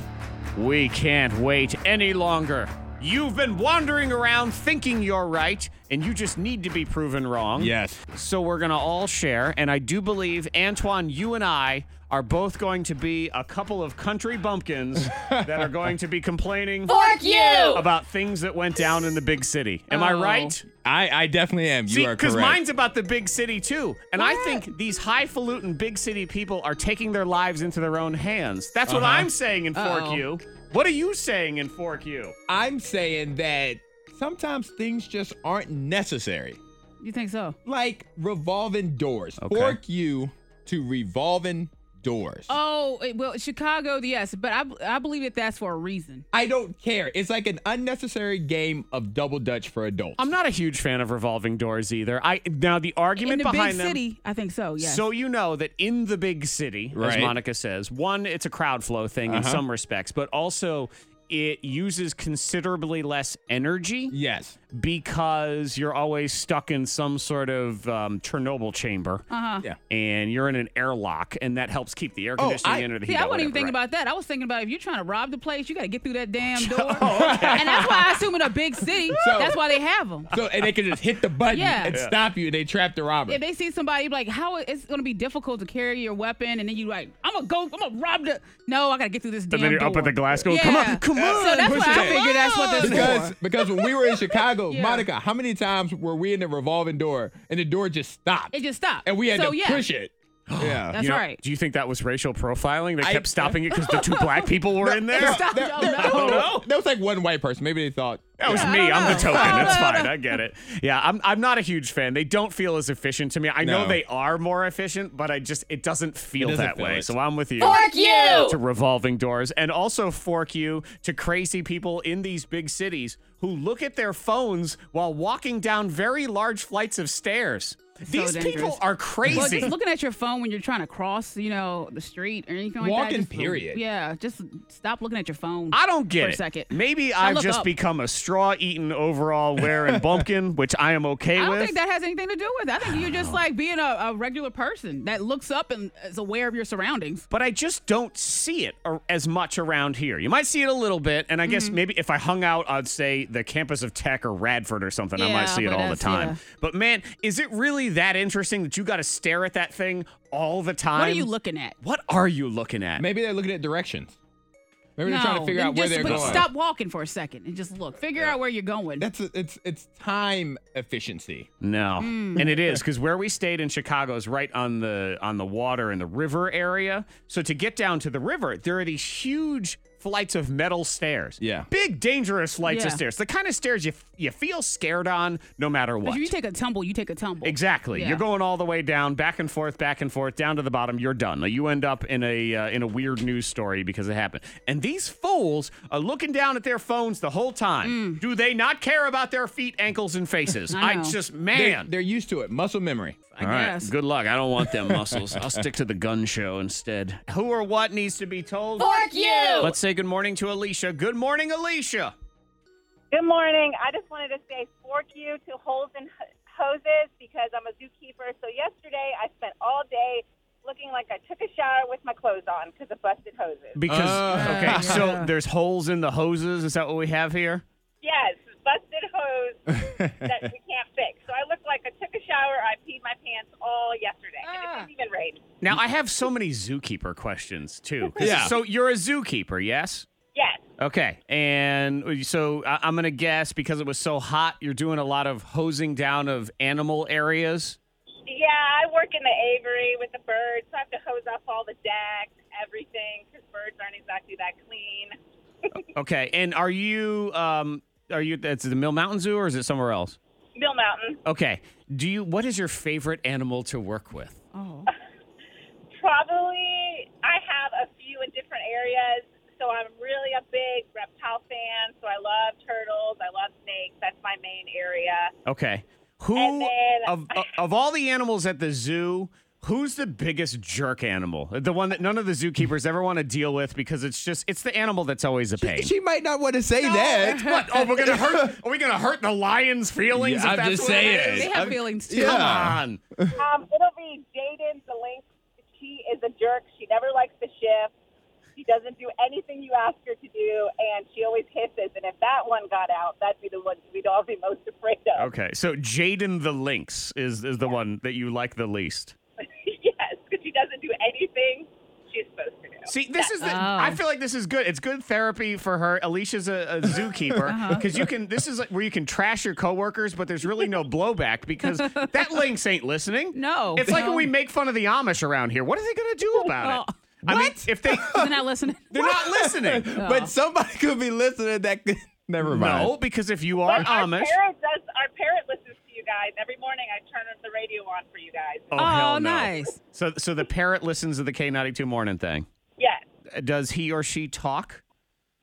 Speaker 1: We can't wait any longer. You've been wandering around thinking you're right, and you just need to be proven wrong.
Speaker 3: Yes.
Speaker 1: So we're going to all share. And I do believe, Antoine, you and I are both going to be a couple of country bumpkins that are going to be complaining
Speaker 4: Fork you!
Speaker 1: about things that went down in the big city. Am I
Speaker 5: Oh.
Speaker 1: right?
Speaker 3: I, I definitely am.
Speaker 1: See,
Speaker 3: you are correct.
Speaker 1: mine's about the big city too, and I think these highfalutin big city people are taking their lives into their own hands. That's what
Speaker 3: Uh-huh.
Speaker 1: I'm saying in Fork
Speaker 5: Uh-oh.
Speaker 1: You. What are you saying in Fork You?
Speaker 3: I'm saying that sometimes things just aren't necessary.
Speaker 5: You think so?
Speaker 3: Like revolving doors.
Speaker 1: Okay.
Speaker 3: Fork you to revolving doors.
Speaker 5: Oh, it- well, Chicago, yes, but I, I believe that that's for a reason.
Speaker 3: I don't care. It's like an unnecessary game of double dutch for adults.
Speaker 1: I'm not a huge fan of revolving doors either. I now the argument
Speaker 5: In the
Speaker 1: behind
Speaker 5: big
Speaker 1: them.
Speaker 5: city, I think so, yes.
Speaker 1: So you know that in the big city, as
Speaker 3: Right.
Speaker 1: Monica says, one, it's a crowd flow thing in
Speaker 3: Uh-huh.
Speaker 1: some respects, but also it uses considerably less energy
Speaker 3: Yes.
Speaker 1: because you're always stuck in some sort of um, Chernobyl chamber.
Speaker 5: uh-huh.
Speaker 3: Yeah.
Speaker 1: and you're in an airlock, and that helps keep the air
Speaker 3: Oh,
Speaker 1: conditioning
Speaker 3: I-
Speaker 1: in or the
Speaker 5: See,
Speaker 1: heat
Speaker 5: I
Speaker 1: out,
Speaker 5: wasn't even
Speaker 1: whatever,
Speaker 5: thinking
Speaker 1: right. Oh,
Speaker 5: about that. I was thinking about if you're trying to rob the place, you got to get through that damn door. And that's why I assume in a big city,
Speaker 3: So-
Speaker 5: that's why they have them.
Speaker 3: So and they can just hit the button
Speaker 5: Yeah.
Speaker 3: and
Speaker 5: Yeah.
Speaker 3: stop you. They trap the robber.
Speaker 5: If they see somebody like how it- it's gonna be difficult to carry your weapon, and then you like, I'm gonna go, I'm gonna rob the. No, I gotta get through this damn
Speaker 1: And then you're
Speaker 5: door.
Speaker 1: up at the glass going,
Speaker 5: Yeah.
Speaker 1: come on, come on.
Speaker 5: So that's
Speaker 3: push
Speaker 5: what
Speaker 3: it
Speaker 5: I
Speaker 3: in.
Speaker 5: figured. That's what that's
Speaker 3: because
Speaker 5: for.
Speaker 3: because when we were in Chicago,
Speaker 5: Yeah.
Speaker 3: Monica, how many times were we in the revolving door and the door just stopped?
Speaker 5: It just stopped.
Speaker 3: and we had
Speaker 5: so,
Speaker 3: to
Speaker 5: yeah,
Speaker 3: push it. Yeah.
Speaker 5: That's
Speaker 1: You know,
Speaker 5: right.
Speaker 1: Do you think that was racial profiling? They
Speaker 3: I-
Speaker 1: kept stopping it because the two black people were in there?
Speaker 5: Stop.
Speaker 3: There-
Speaker 5: Oh,
Speaker 3: there-
Speaker 5: no.
Speaker 1: No.
Speaker 3: There was like one white person. Maybe they thought
Speaker 1: That was
Speaker 5: Yeah, I
Speaker 1: me.
Speaker 5: don't
Speaker 1: I'm the
Speaker 5: know.
Speaker 1: token.
Speaker 5: I
Speaker 1: It's
Speaker 5: don't
Speaker 1: fine.
Speaker 5: know.
Speaker 1: I get it. Yeah, I'm, I'm not a huge fan. They don't feel as efficient to me. I know
Speaker 3: No.
Speaker 1: they are more efficient, but I just, it doesn't feel
Speaker 3: doesn't
Speaker 1: that
Speaker 3: feel
Speaker 1: way.
Speaker 3: it.
Speaker 1: So I'm with you.
Speaker 4: Fork you!
Speaker 1: to revolving doors and also fork you to crazy people in these big cities who look at their phones while walking down very large flights of stairs. These people
Speaker 5: dangerous.
Speaker 1: are
Speaker 5: Well,
Speaker 1: crazy.
Speaker 5: just looking at your phone when you're trying to cross, you know, the street or anything like that.
Speaker 3: Walking,
Speaker 5: just-
Speaker 3: period.
Speaker 5: Yeah, just stop looking at your phone.
Speaker 1: I don't get
Speaker 5: for
Speaker 1: it.
Speaker 5: a second.
Speaker 1: Maybe
Speaker 5: Now
Speaker 1: I've
Speaker 5: look
Speaker 1: just
Speaker 5: up.
Speaker 1: become a straw eating overall wearing bumpkin, which I am okay
Speaker 5: I don't
Speaker 1: with.
Speaker 5: think that has anything to do with it. I think you're just like being a, a regular person that looks up and is aware of your surroundings.
Speaker 1: but I just don't see it ar- as much around here. You might see it a little bit, and I guess
Speaker 5: Mm-hmm.
Speaker 1: maybe if I hung out on, say, the campus of Tech or Radford or something, I might
Speaker 5: Yeah,
Speaker 1: see it
Speaker 5: but
Speaker 1: all the
Speaker 5: that's-
Speaker 1: time.
Speaker 5: yeah.
Speaker 1: But man, is it really that interesting that you got to stare at that thing all the time?
Speaker 5: What are you looking at?
Speaker 1: What are you looking at?
Speaker 3: maybe they're looking at directions. Maybe they're trying to
Speaker 5: No,
Speaker 3: figure
Speaker 5: then
Speaker 3: out where
Speaker 5: just
Speaker 3: they're
Speaker 5: w-
Speaker 3: going.
Speaker 5: Stop walking for a second and just look. Figure out where you're going.
Speaker 3: That's it's it's time efficiency.
Speaker 1: No,
Speaker 5: Hmm.
Speaker 1: and it is because where we stayed in Chicago is right on the on the water and the river area. So to get down to the river, there are these huge flights of metal stairs.
Speaker 3: Yeah.
Speaker 1: big dangerous flights of
Speaker 5: Yeah.
Speaker 1: stairs. The kind of stairs you you feel scared on no matter what.
Speaker 5: If you take a tumble, you take a tumble.
Speaker 1: Exactly.
Speaker 5: Yeah.
Speaker 1: You're going all the way down, back and forth, back and forth, down to the bottom. You're done. Like, You end up in a uh, in a weird news story because it happened. And these fools are looking down at their phones the whole time. Do they not care about their feet, ankles, and faces?
Speaker 5: Hmm. I
Speaker 1: I,
Speaker 5: know.
Speaker 1: just
Speaker 3: They're,
Speaker 1: man.
Speaker 3: they're used to it. Muscle memory.
Speaker 5: I
Speaker 1: all right,
Speaker 5: guess.
Speaker 1: good luck. I don't want them muscles. I'll stick to the gun show instead. Who or what needs to be told?
Speaker 4: Fork you!
Speaker 1: Let's say good morning to Alicia. Good morning, Alicia.
Speaker 10: Good morning. I just wanted to say fork you to holes and h- hoses because I'm a zookeeper. So yesterday I spent all day looking like I took a shower with my clothes on because of busted hoses.
Speaker 1: Because
Speaker 3: Oh.
Speaker 1: okay,
Speaker 3: Yeah.
Speaker 1: so there's holes in the hoses. Is that what we have here?
Speaker 10: Yes, busted hose that we can't fix. So I look like I took a shower, I peed my pants all yesterday, and it didn't even rain.
Speaker 1: Now I have so many zookeeper questions too. 'Cause-
Speaker 3: Yeah.
Speaker 1: So you're a zookeeper, yes?
Speaker 10: Yes,
Speaker 1: Okay, and so I- I'm gonna guess because it was so hot, you're doing a lot of hosing down of animal areas.
Speaker 10: yeah, I work in the aviary with the birds, so I have to hose off all the decks, everything, because birds aren't exactly that clean.
Speaker 1: Okay, and are you um are you that's the Mill Mountain Zoo or is it somewhere else?
Speaker 10: Mill Mountain,
Speaker 1: Okay, do you what is your favorite animal to work with?
Speaker 5: Oh.
Speaker 10: probably I have a few in different areas. So I'm really a big reptile fan. So I love turtles. I love snakes. That's my main area.
Speaker 1: Okay. Who
Speaker 10: And then-
Speaker 1: of of all the animals at the zoo, who's the biggest jerk animal? The one that none of the zookeepers ever want to deal with because it's just it's the animal that's always a pain.
Speaker 3: She might not want to say that.
Speaker 1: what? Oh, we're gonna hurt. Are we gonna hurt the lion's feelings? if
Speaker 3: Yeah, I'm
Speaker 1: that's
Speaker 3: just
Speaker 1: what it
Speaker 3: saying.
Speaker 1: is?
Speaker 5: They have
Speaker 3: I'm-
Speaker 5: feelings too.
Speaker 1: Come
Speaker 3: yeah.
Speaker 1: on.
Speaker 10: Um, it'll be Jaden the link. She is a jerk. She never likes the shift. She doesn't do anything you ask her to do, and she always hisses. And if that one got out, that'd be the one we'd all be most afraid of.
Speaker 1: Okay, so Jaden the lynx is is the one that you like the least.
Speaker 10: yes, because she doesn't do anything she's supposed to do.
Speaker 1: See, this is. The,
Speaker 5: Oh.
Speaker 1: I feel like this is good. It's good therapy for her. Alicia's a, a zookeeper
Speaker 5: Uh-huh.
Speaker 1: because you can. This is like where you can trash your coworkers, but there's really no blowback because that lynx ain't listening.
Speaker 5: No.
Speaker 1: it's like
Speaker 5: No. Oh,
Speaker 1: when we make fun of the Amish around here. What are they gonna do about it? I mean, if they
Speaker 5: They're not listening.
Speaker 1: they're not listening.
Speaker 5: Oh.
Speaker 3: But somebody could be listening that could. Never mind.
Speaker 1: No, because if you are
Speaker 10: But our
Speaker 1: Amish,
Speaker 10: parrot does. Our parrot listens to you guys every morning. I turn the radio on for you guys.
Speaker 1: oh,
Speaker 5: Oh,
Speaker 1: hell no.
Speaker 5: nice.
Speaker 1: So, so the parrot listens to the K ninety two morning thing.
Speaker 10: Yes,
Speaker 1: Does he or she talk?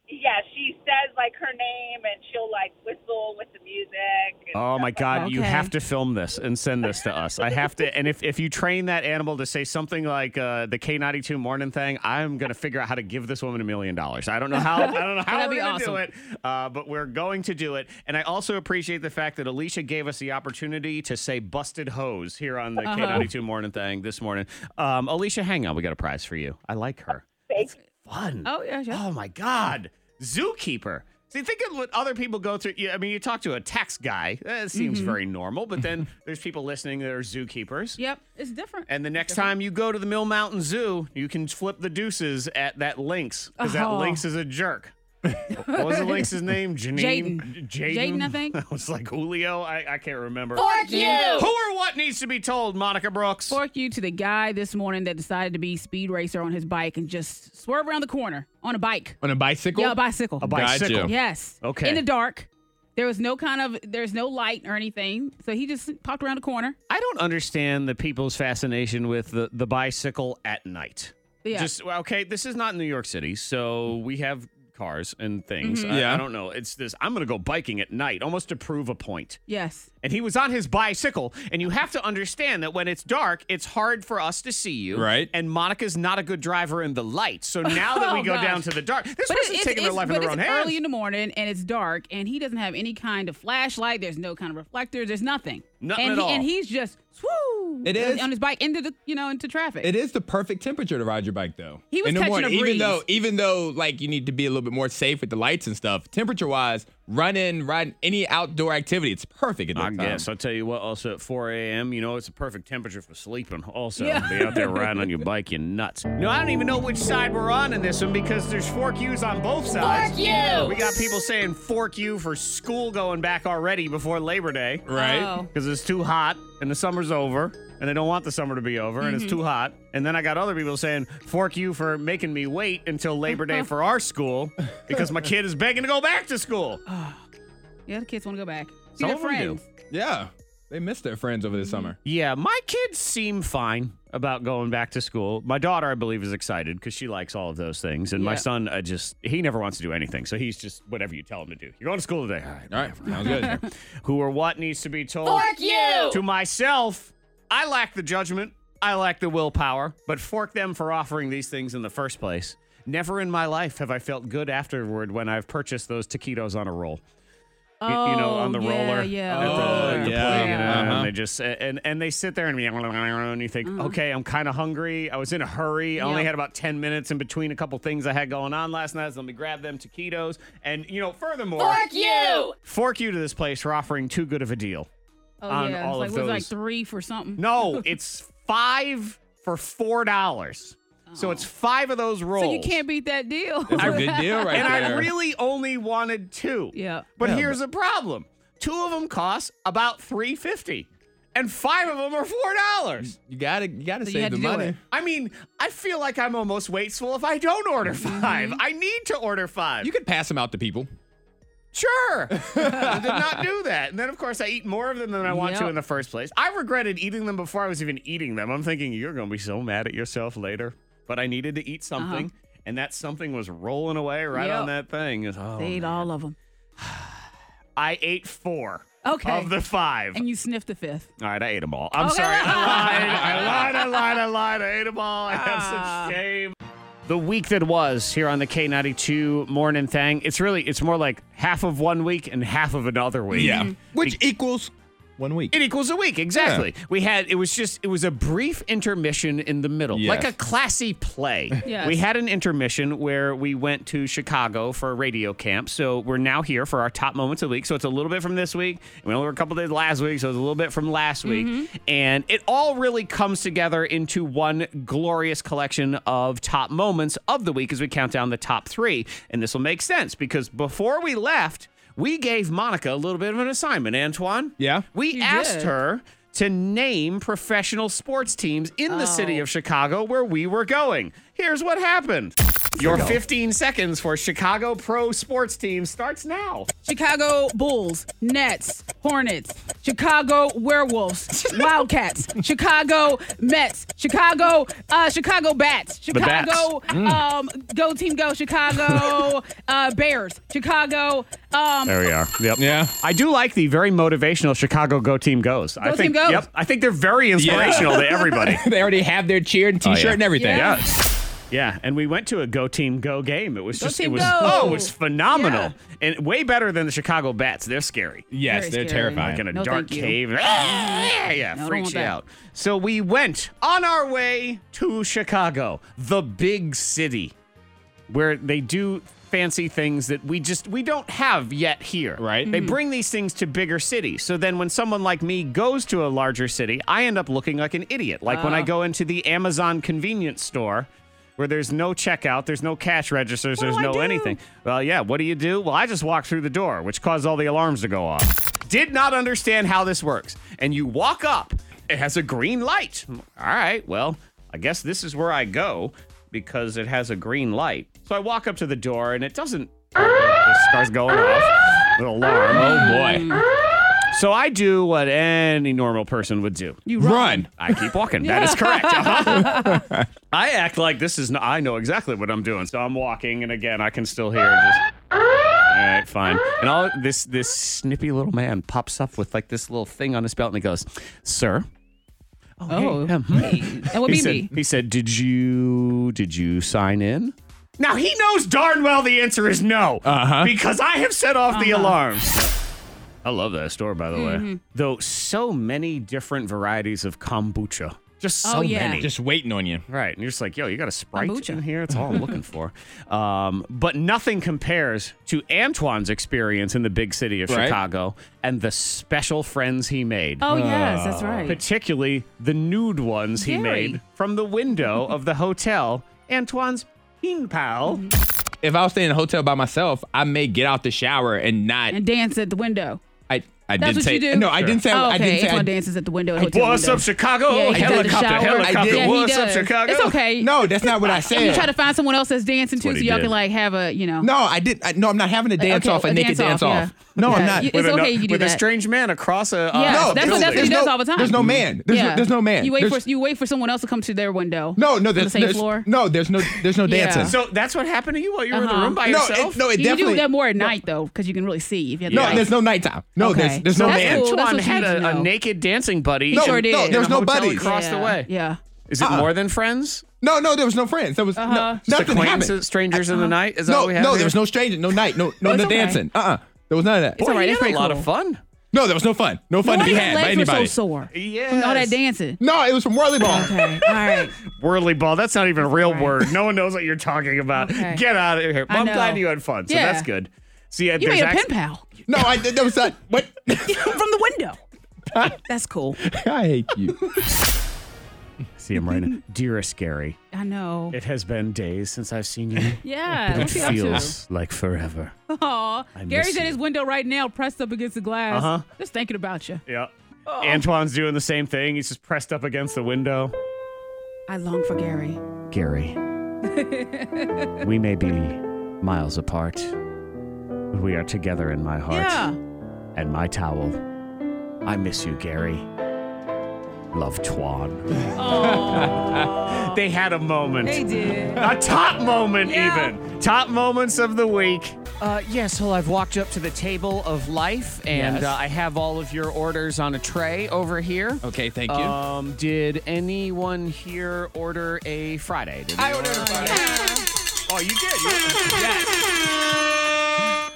Speaker 10: yeah. She says like her name, and she'll like whistle with the music. and
Speaker 1: Oh my
Speaker 10: stuff
Speaker 1: God! You
Speaker 5: Okay.
Speaker 1: have to film this and send this to us. I have to, and if, if you train that animal to say something like uh, the K ninety two morning thing, I'm gonna figure out how to give this woman a million dollars. I don't know how. I don't know how
Speaker 5: That'd
Speaker 1: we're
Speaker 5: be
Speaker 1: gonna do
Speaker 5: awesome.
Speaker 1: it, uh, but we're going to do it. And I also appreciate the fact that Alicia gave us the opportunity to say "busted hose" here on the
Speaker 5: Uh-huh.
Speaker 1: K ninety two morning thing this morning. Um, Alicia, hang on, we got a prize for you. I like her.
Speaker 10: Thank
Speaker 1: That's fun.
Speaker 5: Oh, yeah, yeah.
Speaker 1: Oh my God, zookeeper. See, think of what other people go through. Yeah, I mean, you talk to a tax guy; that seems
Speaker 5: Mm-hmm.
Speaker 1: very normal. But then there's people listening that are zookeepers.
Speaker 5: Yep, it's different.
Speaker 1: And the next time you go to the Mill Mountain Zoo, you can flip the deuces at that lynx because that
Speaker 5: Oh.
Speaker 1: lynx is a jerk. what was the lynx's name? Janine.
Speaker 5: Jaden.
Speaker 1: J-
Speaker 5: Jaden, I think.
Speaker 1: That was like Julio. I, I can't remember.
Speaker 4: Fork you.
Speaker 1: Who or what needs to be told, Monica Brooks?
Speaker 5: Fork you to the guy this morning that decided to be speed racer on his bike and just swerve around the corner on a bike.
Speaker 3: On a bicycle?
Speaker 5: Yeah, a bicycle.
Speaker 1: A bicycle.
Speaker 3: Got you.
Speaker 5: Yes.
Speaker 1: Okay.
Speaker 5: In the dark. There was no kind of there's no light or anything. So he just popped around the corner.
Speaker 1: I don't understand the people's fascination with the, the bicycle at night.
Speaker 5: Yeah.
Speaker 1: Just well, okay, this is not New York City, so we have cars and things.
Speaker 5: Mm-hmm.
Speaker 1: I,
Speaker 3: Yeah.
Speaker 1: I don't know. It's this. I'm going to go biking at night, almost to prove a point.
Speaker 5: yes.
Speaker 1: And he was on his bicycle, and you have to understand that when it's dark, it's hard for us to see you.
Speaker 3: Right.
Speaker 1: And Monica's not a good driver in the light, so now that we
Speaker 5: Oh,
Speaker 1: go
Speaker 5: gosh.
Speaker 1: down to the dark, this
Speaker 5: But it-
Speaker 1: person's
Speaker 5: it's,
Speaker 1: taking
Speaker 5: it's,
Speaker 1: their life
Speaker 5: but
Speaker 1: in their
Speaker 5: it's
Speaker 1: own hands.
Speaker 5: early in the morning and it's dark and he doesn't have any kind of flashlight. There's no kind of reflector. There's nothing.
Speaker 1: Nothing
Speaker 5: and
Speaker 1: at
Speaker 5: he,
Speaker 1: all.
Speaker 5: And he's just swoo
Speaker 3: It is-
Speaker 5: on his bike into the you know into traffic.
Speaker 3: It is the perfect temperature to ride your bike though.
Speaker 5: He was
Speaker 3: in the
Speaker 5: catching
Speaker 3: morning,
Speaker 5: a
Speaker 3: even
Speaker 5: breeze.
Speaker 3: though even though like you need to be a little bit more safe with the lights and stuff. Temperature wise, running, riding any outdoor activity, it's perfect at that
Speaker 1: I
Speaker 3: time.
Speaker 1: guess. I'll tell you what, also at 4 a.m., you know, it's a perfect temperature for sleeping. Also,
Speaker 5: Yeah.
Speaker 1: be out there riding on your bike, you nuts. No, I don't even know which side we're on in this one because there's fork yous on both sides.
Speaker 4: Fork you.
Speaker 1: We got people saying fork you for school going back already before Labor Day
Speaker 3: Right?
Speaker 5: Oh.
Speaker 1: because it's too hot and the summer's over and they don't want the summer to be over and it's too hot. And then I got other people saying fork you for making me wait until Labor Day for our school because my kid is begging to go back to school.
Speaker 5: Yeah, the kids want to go back. See
Speaker 1: Some
Speaker 5: their
Speaker 1: of them do.
Speaker 5: friends.
Speaker 3: Yeah. They missed their friends over the summer.
Speaker 1: Yeah, my kids seem fine about going back to school. My daughter, I believe, is excited because she likes all of those things. And my
Speaker 5: Yeah.
Speaker 1: son, I just, he never wants to do anything. So he's just whatever you tell him to do. You're going to school today. All right.
Speaker 3: All right. Sounds good.
Speaker 1: Who or what needs to be told?
Speaker 4: Fork you.
Speaker 1: To myself, I lack the judgment, I lack the willpower, but fork them for offering these things in the first place. Never in my life have I felt good afterward when I've purchased those taquitos on a roll. y- you, know, on the
Speaker 5: Oh, yeah,
Speaker 1: roller
Speaker 5: yeah.
Speaker 1: at the,
Speaker 5: Oh,
Speaker 1: at the
Speaker 5: yeah.
Speaker 1: play, you know,
Speaker 5: Uh-huh.
Speaker 1: and they just and and they sit there and, and you think, okay, I'm kind of hungry. I was in a hurry. I only
Speaker 5: Yeah.
Speaker 1: had about ten minutes in between a couple things I had going on last night. So let me grab them taquitos. And you know, furthermore,
Speaker 5: Fork you!
Speaker 1: fork you to this place for offering too good of a deal
Speaker 5: Oh
Speaker 1: on
Speaker 5: yeah,
Speaker 1: all
Speaker 5: it's like,
Speaker 1: of
Speaker 5: what
Speaker 1: those.
Speaker 5: was it, like three for something.
Speaker 1: No, it's five for four dollars. So it's five of those rolls.
Speaker 5: So you can't beat that deal.
Speaker 1: That's a good
Speaker 3: deal right
Speaker 1: and I
Speaker 3: there.
Speaker 1: really only wanted two.
Speaker 5: Yeah.
Speaker 1: But
Speaker 5: Yeah,
Speaker 1: here's the problem: two of them cost about three fifty, and five of them are four dollars.
Speaker 3: You gotta, you gotta
Speaker 1: So you
Speaker 3: save
Speaker 1: had
Speaker 3: the
Speaker 1: to do
Speaker 3: money.
Speaker 1: it. I mean, I feel like I'm almost wasteful if I don't order 5 I need to order five.
Speaker 3: You could pass them out to people.
Speaker 1: Sure. I did not do that. And then, of course, I eat more of them than I want to
Speaker 5: Yep.
Speaker 1: in the first place. I regretted eating them before I was even eating them. I'm thinking, you're going to be so mad at yourself later. But I needed to eat
Speaker 5: Uh-huh.
Speaker 1: something. And that something was rolling away right on that thing. It's, oh,
Speaker 5: They ate all of them.
Speaker 1: I ate four
Speaker 5: Okay.
Speaker 1: of the five.
Speaker 5: And you sniffed the fifth.
Speaker 1: all right, I ate them all. I'm
Speaker 5: Okay.
Speaker 1: sorry. I lied. I lied. I lied. I lied. I ate them all. I have
Speaker 5: Ah.
Speaker 1: such shame. The week that was here on the K92 morning thing, it's really, it's more like half of one week and half of another week.
Speaker 5: Mm-hmm.
Speaker 3: Which equals one week.
Speaker 1: It equals a week, exactly. We had it was just it was a brief intermission in the middle,
Speaker 3: Yes.
Speaker 1: like a classy play.
Speaker 5: Yes.
Speaker 1: We had an intermission where we went to Chicago for a radio camp, so we're now here for our top moments of the week. So it's a little bit from this week. We only were a couple days last week, so it's a little bit from last
Speaker 3: Mm-hmm.
Speaker 1: week, and it all really comes together into one glorious collection of top moments of the week as we count down the top three. And this will make sense because before we left. We gave Monica a little bit of an assignment, Antoine.
Speaker 3: Yeah.
Speaker 1: We
Speaker 5: You
Speaker 1: asked
Speaker 5: did.
Speaker 1: her to name professional sports teams in the
Speaker 5: Oh.
Speaker 1: city of Chicago where we were going. Here's what happened. Your 15 seconds for Chicago pro sports team starts now.
Speaker 5: Chicago Bulls, Nets, Hornets, Chicago Werewolves, Wildcats, Chicago Mets, Chicago uh, Chicago
Speaker 1: Bats.
Speaker 5: Bats,
Speaker 1: Mm.
Speaker 5: Chicago um, Go Team Go, Chicago uh, Bears, Chicago um,
Speaker 1: we are. Yep.
Speaker 3: Yeah.
Speaker 1: I do like the very motivational Chicago Go Team Goes. I
Speaker 5: Go
Speaker 1: think,
Speaker 5: Team Goes.
Speaker 1: Yep. I think they're very inspirational to everybody.
Speaker 3: they already have their cheer and T-shirt
Speaker 1: Oh, yeah.
Speaker 3: and everything.
Speaker 5: Yeah.
Speaker 1: Yeah, and we went to a Go Team Go game. It was just it
Speaker 5: Team
Speaker 1: was
Speaker 5: Go.
Speaker 1: oh, it was phenomenal and way better than the Chicago Bats. They're scary.
Speaker 3: Yes,
Speaker 5: Very
Speaker 3: they're
Speaker 5: scary.
Speaker 1: like
Speaker 3: terrifying.
Speaker 1: in a
Speaker 5: No,
Speaker 1: dark
Speaker 5: thank you.
Speaker 1: cave. Ah, yeah, yeah,
Speaker 5: No, I don't
Speaker 1: freaks
Speaker 5: want
Speaker 1: you
Speaker 5: that.
Speaker 1: out. So we went on our way to Chicago, the big city, where they do fancy things that we just we don't have yet here.
Speaker 3: Right.
Speaker 5: Mm-hmm.
Speaker 1: They bring these things to bigger cities. So then when someone like me goes to a larger city, I end up looking like an idiot. Like
Speaker 5: Ah.
Speaker 1: when I go into the Amazon convenience store where there's no checkout, there's no cash registers, there's
Speaker 5: do I
Speaker 1: no
Speaker 5: do?
Speaker 1: anything. Well, yeah, what do you do? Well, I just walk through the door, which caused all the alarms to go off. Did not understand how this works. And you walk up, it has a green light. All right, well, I guess this is where I go because it has a green light. So I walk up to the door and it doesn't. The scar's going off. The alarm.
Speaker 3: Oh
Speaker 5: Mm.
Speaker 3: boy.
Speaker 1: So I do what any normal person would do.
Speaker 5: you
Speaker 3: Run.
Speaker 1: I keep walking. That is correct. Uh-huh. I act like this is. Not, I know exactly what I'm doing. So I'm walking, and again, I can still hear. Just all right, fine. And all this this snippy little man pops up with like this little thing on his belt, and he goes, "Sir."
Speaker 5: Oh,
Speaker 1: hey, um,
Speaker 5: That would
Speaker 1: he
Speaker 5: be
Speaker 1: said,
Speaker 5: me.
Speaker 1: He said, "Did you did you sign in?" Now he knows darn well the answer is no,
Speaker 3: Uh-huh.
Speaker 1: because I have set off
Speaker 5: Uh-huh.
Speaker 1: the alarms. I love that store, by the
Speaker 5: Mm-hmm.
Speaker 1: way. Though so many different varieties of kombucha, just so
Speaker 5: Oh, yeah.
Speaker 1: many.
Speaker 3: Just waiting on you.
Speaker 1: Right. And you're just like, yo, you got a Sprite
Speaker 5: Kombucha.
Speaker 1: in here? That's all I'm looking for. Um, but nothing compares to Antoine's experience in the big city of
Speaker 3: Right.
Speaker 1: Chicago and the special friends he made.
Speaker 5: Oh yes, that's
Speaker 1: uh,
Speaker 5: right.
Speaker 1: Particularly the nude ones he
Speaker 5: Very.
Speaker 1: made from the window of the hotel. Antoine's peen pal.
Speaker 3: If I was staying in a hotel by myself, I may get out the shower and not.
Speaker 5: And dance at the window.
Speaker 3: I I didn't
Speaker 5: That's what
Speaker 3: say
Speaker 5: you do?
Speaker 3: no. I didn't say.
Speaker 5: Oh, okay,
Speaker 3: I didn't say.
Speaker 5: Antoine
Speaker 3: I-
Speaker 5: dances at the window. at hotel
Speaker 1: What's up,
Speaker 5: windows.
Speaker 1: Chicago?
Speaker 5: Yeah, he does the
Speaker 1: helicopter,
Speaker 5: shower.
Speaker 1: helicopter.
Speaker 5: Yeah, he
Speaker 1: What's up,
Speaker 5: does.
Speaker 1: Chicago?
Speaker 5: It's okay.
Speaker 3: no, that's not what I
Speaker 5: And you
Speaker 3: said.
Speaker 5: try to find someone else that's dancing
Speaker 1: what
Speaker 5: too, so
Speaker 1: he
Speaker 5: y'all
Speaker 1: did.
Speaker 5: can like have a you know.
Speaker 3: no, I did. I, no, I'm not having a dance
Speaker 5: Okay,
Speaker 3: off. A, naked dance off.
Speaker 5: yeah.
Speaker 3: No,
Speaker 5: Yeah,
Speaker 3: I'm not.
Speaker 5: you- It's
Speaker 1: with a,
Speaker 5: okay, you do
Speaker 1: with a
Speaker 5: that.
Speaker 1: strange man across a. Uh,
Speaker 5: Yeah,
Speaker 3: no,
Speaker 5: that's what
Speaker 3: there's-
Speaker 5: that's what
Speaker 3: there's
Speaker 5: he does
Speaker 3: no-
Speaker 5: all the time.
Speaker 3: There's no man. There's,
Speaker 5: yeah.
Speaker 3: no, there's no man.
Speaker 5: You wait
Speaker 3: There's-
Speaker 5: for you wait for someone else to come to their window.
Speaker 3: No, no, there's
Speaker 5: same
Speaker 3: there's-
Speaker 5: floor?
Speaker 3: No, there's no, there's no
Speaker 5: Yeah.
Speaker 3: dancing.
Speaker 1: So that's what happened to you while you were in the
Speaker 5: Uh-huh.
Speaker 1: room by
Speaker 3: no,
Speaker 1: yourself?
Speaker 3: it, no, it
Speaker 5: you can
Speaker 3: definitely.
Speaker 5: do that more at night though, because you can really see if you have
Speaker 3: no,
Speaker 5: the light.
Speaker 3: there's no nighttime. No,
Speaker 5: Okay.
Speaker 3: there's, there's no
Speaker 5: That's
Speaker 3: man.
Speaker 5: cool. that's
Speaker 1: Antoine
Speaker 5: what
Speaker 1: had
Speaker 5: she
Speaker 1: a,
Speaker 5: needs to
Speaker 1: a
Speaker 5: know.
Speaker 1: naked dancing buddy.
Speaker 5: No,
Speaker 1: in-
Speaker 5: sure did.
Speaker 1: in
Speaker 3: there's
Speaker 1: a
Speaker 3: no
Speaker 1: hotel
Speaker 3: buddies. Uh-uh.
Speaker 1: across the
Speaker 5: Yeah,
Speaker 1: way.
Speaker 5: Yeah.
Speaker 1: Is it more than friends?
Speaker 3: No, no, there was no friends. There was
Speaker 5: Uh-huh.
Speaker 3: no, nothing happened.
Speaker 1: Acquaintances, strangers in the night? Is
Speaker 3: Uh-huh. no,
Speaker 1: all we have
Speaker 3: no,
Speaker 1: here?
Speaker 3: there was no stranger, no night, no, no,
Speaker 5: It's
Speaker 3: no
Speaker 5: okay.
Speaker 3: dancing. Uh, uh There was none of that.
Speaker 5: It's all right. It's pretty
Speaker 11: a lot
Speaker 5: cool.
Speaker 11: of fun.
Speaker 3: No, there was no fun. No fun
Speaker 5: Why
Speaker 3: to be
Speaker 5: your
Speaker 3: had by
Speaker 5: legs were so
Speaker 3: anybody.
Speaker 5: sore?
Speaker 1: Yeah.
Speaker 5: From all that dancing.
Speaker 3: No, it was from Whirly Ball.
Speaker 5: Okay. All right.
Speaker 1: Whirly ball. That's not even a real word. No one knows what you're talking about.
Speaker 5: Okay.
Speaker 1: Get out of here.
Speaker 5: I
Speaker 1: Well, I'm
Speaker 5: know.
Speaker 1: glad you had fun. So
Speaker 5: Yeah.
Speaker 1: that's good. See, uh,
Speaker 5: You
Speaker 1: there's
Speaker 5: made a
Speaker 1: act-
Speaker 5: pen pal
Speaker 3: No, I that was not. What?
Speaker 5: from the window. That's cool.
Speaker 3: I hate you.
Speaker 1: See him right now. Dearest Gary,
Speaker 5: I know.
Speaker 1: it has been days since I've seen you.
Speaker 5: Yeah.
Speaker 1: But it
Speaker 5: What's he up to?
Speaker 1: feels like forever.
Speaker 5: Aw,
Speaker 1: I miss
Speaker 5: Gary's at
Speaker 1: you.
Speaker 5: his window right now, pressed up against the glass,
Speaker 1: Uh-huh.
Speaker 5: just thinking about you.
Speaker 1: Yeah. Oh. Antoine's doing the same thing. He's just pressed up against the window.
Speaker 5: I long for Gary.
Speaker 1: Gary, we may be miles apart, but we are together in my heart
Speaker 5: Yeah.
Speaker 1: and my towel. I miss you, Gary. Love Twan. They had a moment.
Speaker 5: They did.
Speaker 1: A top moment,
Speaker 5: Yeah.
Speaker 1: even. Top moments of the week. Uh, yeah, so I've walked up to the table of life and
Speaker 3: Yes.
Speaker 1: uh, I have all of your orders on a tray over here.
Speaker 3: Okay, thank you.
Speaker 1: Um, did anyone here order a Friday? Did
Speaker 3: I ordered a Friday.
Speaker 1: Oh, you did.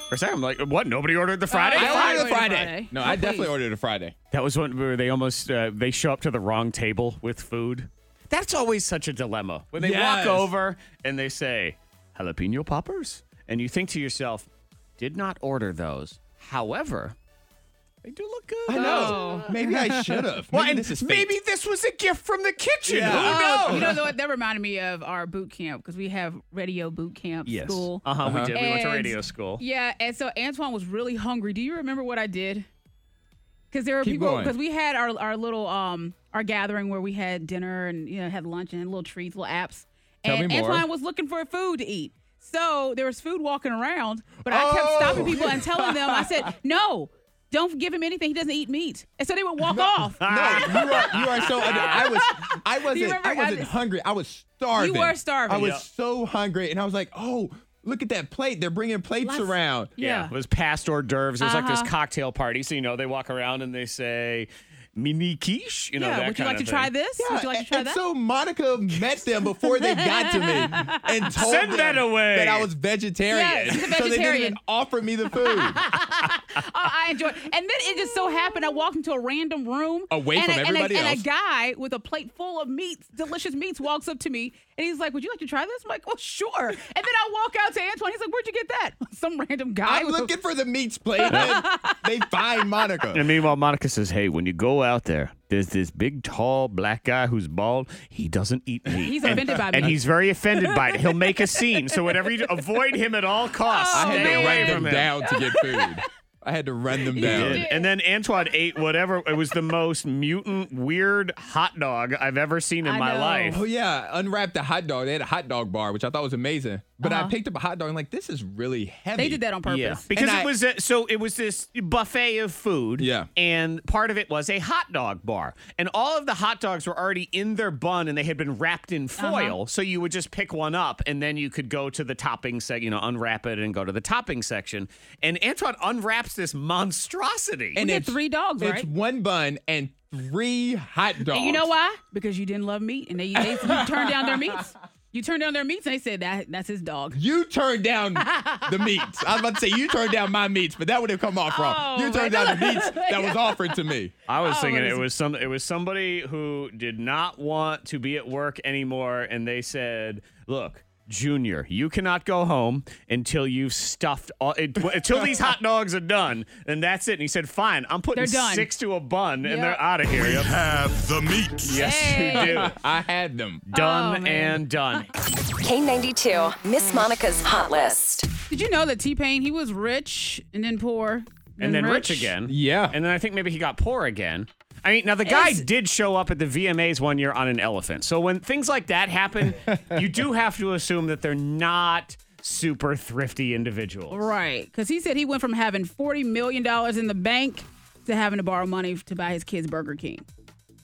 Speaker 1: For a second, I'm like, what? Nobody Uh, ordered the Friday?
Speaker 3: I ordered a
Speaker 5: ordered a
Speaker 3: Friday.
Speaker 5: Friday.
Speaker 3: No,
Speaker 5: Oh,
Speaker 3: I
Speaker 5: please.
Speaker 3: definitely ordered a Friday.
Speaker 1: that was when where they almost uh, they show up to the wrong table with food. That's always such a dilemma when they walk
Speaker 3: Yes.
Speaker 1: over and they say jalapeno poppers, and you think to yourself, did not order those. However, they do look good.
Speaker 3: I know.
Speaker 5: Oh.
Speaker 3: Maybe I should have.
Speaker 1: Well,
Speaker 3: Maybe
Speaker 1: and
Speaker 3: this is fake.
Speaker 1: maybe this was a gift from the kitchen.
Speaker 3: Yeah.
Speaker 1: Who
Speaker 5: Oh,
Speaker 1: knows?
Speaker 5: you know what? That reminded me of our boot camp because we have radio boot camp
Speaker 1: Yes.
Speaker 5: school.
Speaker 1: Uh huh.
Speaker 3: Uh-huh.
Speaker 1: We did. We went to
Speaker 5: And-
Speaker 1: radio school.
Speaker 5: Yeah, and so Antoine was really hungry. Do you remember what I did? Because there were
Speaker 3: Keep
Speaker 5: people
Speaker 3: going.
Speaker 5: because we had our our little um our gathering where we had dinner and you know had lunch and little treats, little apps.
Speaker 3: Tell
Speaker 5: and
Speaker 3: me more.
Speaker 5: Antoine was looking for food to eat. So there was food walking around, but I kept stopping
Speaker 3: Oh.
Speaker 5: people and telling them, I said, no, don't give him anything. He doesn't eat meat. And so they would walk off.
Speaker 3: No, you are you are so. under- I was I wasn't
Speaker 5: remember
Speaker 3: I wasn't
Speaker 5: having-
Speaker 3: hungry. I was starving.
Speaker 5: You were starving.
Speaker 3: I was
Speaker 5: Yeah.
Speaker 3: so hungry, and I was like, oh, look at that plate. They're bringing plates
Speaker 5: Lots-
Speaker 3: around.
Speaker 1: Yeah.
Speaker 5: Yeah.
Speaker 1: It was past hors d'oeuvres. It was like this
Speaker 5: Uh-huh.
Speaker 1: cocktail party. So, you know, they walk around and they say, mini quiche, you know,
Speaker 5: yeah,
Speaker 1: that
Speaker 5: would you
Speaker 1: kind
Speaker 5: like to
Speaker 1: of
Speaker 5: try
Speaker 1: thing.
Speaker 5: this? would you like to
Speaker 3: and-
Speaker 5: try
Speaker 3: and
Speaker 5: that?
Speaker 3: so Monica met them before they got to me and told
Speaker 1: Send
Speaker 3: them
Speaker 1: that away.
Speaker 3: that I was vegetarian.
Speaker 5: Yes, he's a
Speaker 3: So they didn't
Speaker 5: vegetarian.
Speaker 3: even offer me the food.
Speaker 5: oh, I enjoyed. And then it just so happened I walked into a random room
Speaker 3: Away
Speaker 5: and
Speaker 3: from
Speaker 5: a, and a-
Speaker 3: everybody
Speaker 5: and a,
Speaker 3: else.
Speaker 5: guy with a plate full of meats, delicious meats, walks up to me and he's like, "Would you like to try this?" I'm like, "Oh, sure." And then I walk out to Antoine. He's like, "Where'd you get that?" Some random guy.
Speaker 3: I'm
Speaker 5: with a-
Speaker 3: looking for the meats plate. and they find Monica.
Speaker 1: And meanwhile, Monica says, hey, when you go out there, there's this big, tall, black guy who's bald. He doesn't eat meat.
Speaker 5: He's
Speaker 1: And-
Speaker 5: offended by
Speaker 1: And
Speaker 5: meat.
Speaker 1: he's very offended by it. He'll make a scene. So whatever you do, avoid him at all costs.
Speaker 3: Oh. I had
Speaker 1: Stay
Speaker 3: to
Speaker 1: away
Speaker 3: run
Speaker 1: from him.
Speaker 3: them down to get food. I had to run them
Speaker 1: He
Speaker 3: down.
Speaker 1: did. And then Antoine ate whatever. It was the most mutant, weird hot dog I've ever seen in
Speaker 5: I
Speaker 1: my
Speaker 5: know.
Speaker 1: life.
Speaker 3: Oh yeah, unwrapped a hot dog. They had a hot dog bar, which I thought was amazing. But I picked up a hot dog and like this is really heavy.
Speaker 5: Uh-huh. they did that on purpose.
Speaker 1: Yeah, because
Speaker 3: And
Speaker 1: it
Speaker 3: I-
Speaker 1: was a, so it was this buffet of food.
Speaker 3: Yeah.
Speaker 1: and part of it was a hot dog bar, and all of the hot dogs were already in their bun and they had been wrapped in foil. So you would just pick one up, and then you could go to the topping section, you know, unwrap it and go to the topping section. And Antoine unwraps this monstrosity.
Speaker 5: We had
Speaker 3: it's-
Speaker 5: three dogs,
Speaker 3: It's
Speaker 5: right?
Speaker 3: one bun and three hot dogs.
Speaker 5: And you know why? Because you didn't love meat, and they, they you turned down their meats. You turned down their meats, and they said that that's his dog.
Speaker 3: You turned down the meats. I was about to say you turned down my meats, but that would have come off wrong.
Speaker 5: Oh,
Speaker 3: you turned
Speaker 5: man.
Speaker 3: down the meats that was offered to me.
Speaker 1: I was
Speaker 5: Oh,
Speaker 1: thinking it
Speaker 5: it was-
Speaker 1: was some it was somebody who did not want to be at work anymore and they said, "Look, Junior, you cannot go home until you've stuffed all it, until these hot dogs are done, and that's it." And he said, "Fine, I'm putting
Speaker 5: They're done.
Speaker 1: six to a bun, and
Speaker 5: Yep.
Speaker 1: they're out of here." Yep.
Speaker 9: Have the meat.
Speaker 1: Yes,
Speaker 5: Hey. Oh,
Speaker 1: you do.
Speaker 3: I had them.
Speaker 1: Done
Speaker 5: man.
Speaker 1: and done.
Speaker 2: K92, Miss Monica's Hot List.
Speaker 5: Did you know that T Pain he was rich and then poor
Speaker 1: and then rich. again.
Speaker 3: Yeah.
Speaker 1: And then I think maybe he got poor again. I mean, now the guy
Speaker 5: It's-
Speaker 1: did show up at the VMAs one year on an elephant. So when things like that happen, you do have to assume that they're not super thrifty individuals.
Speaker 5: Right. Because he said he went from having $40 million in the bank to having to borrow money to buy his kids Burger King.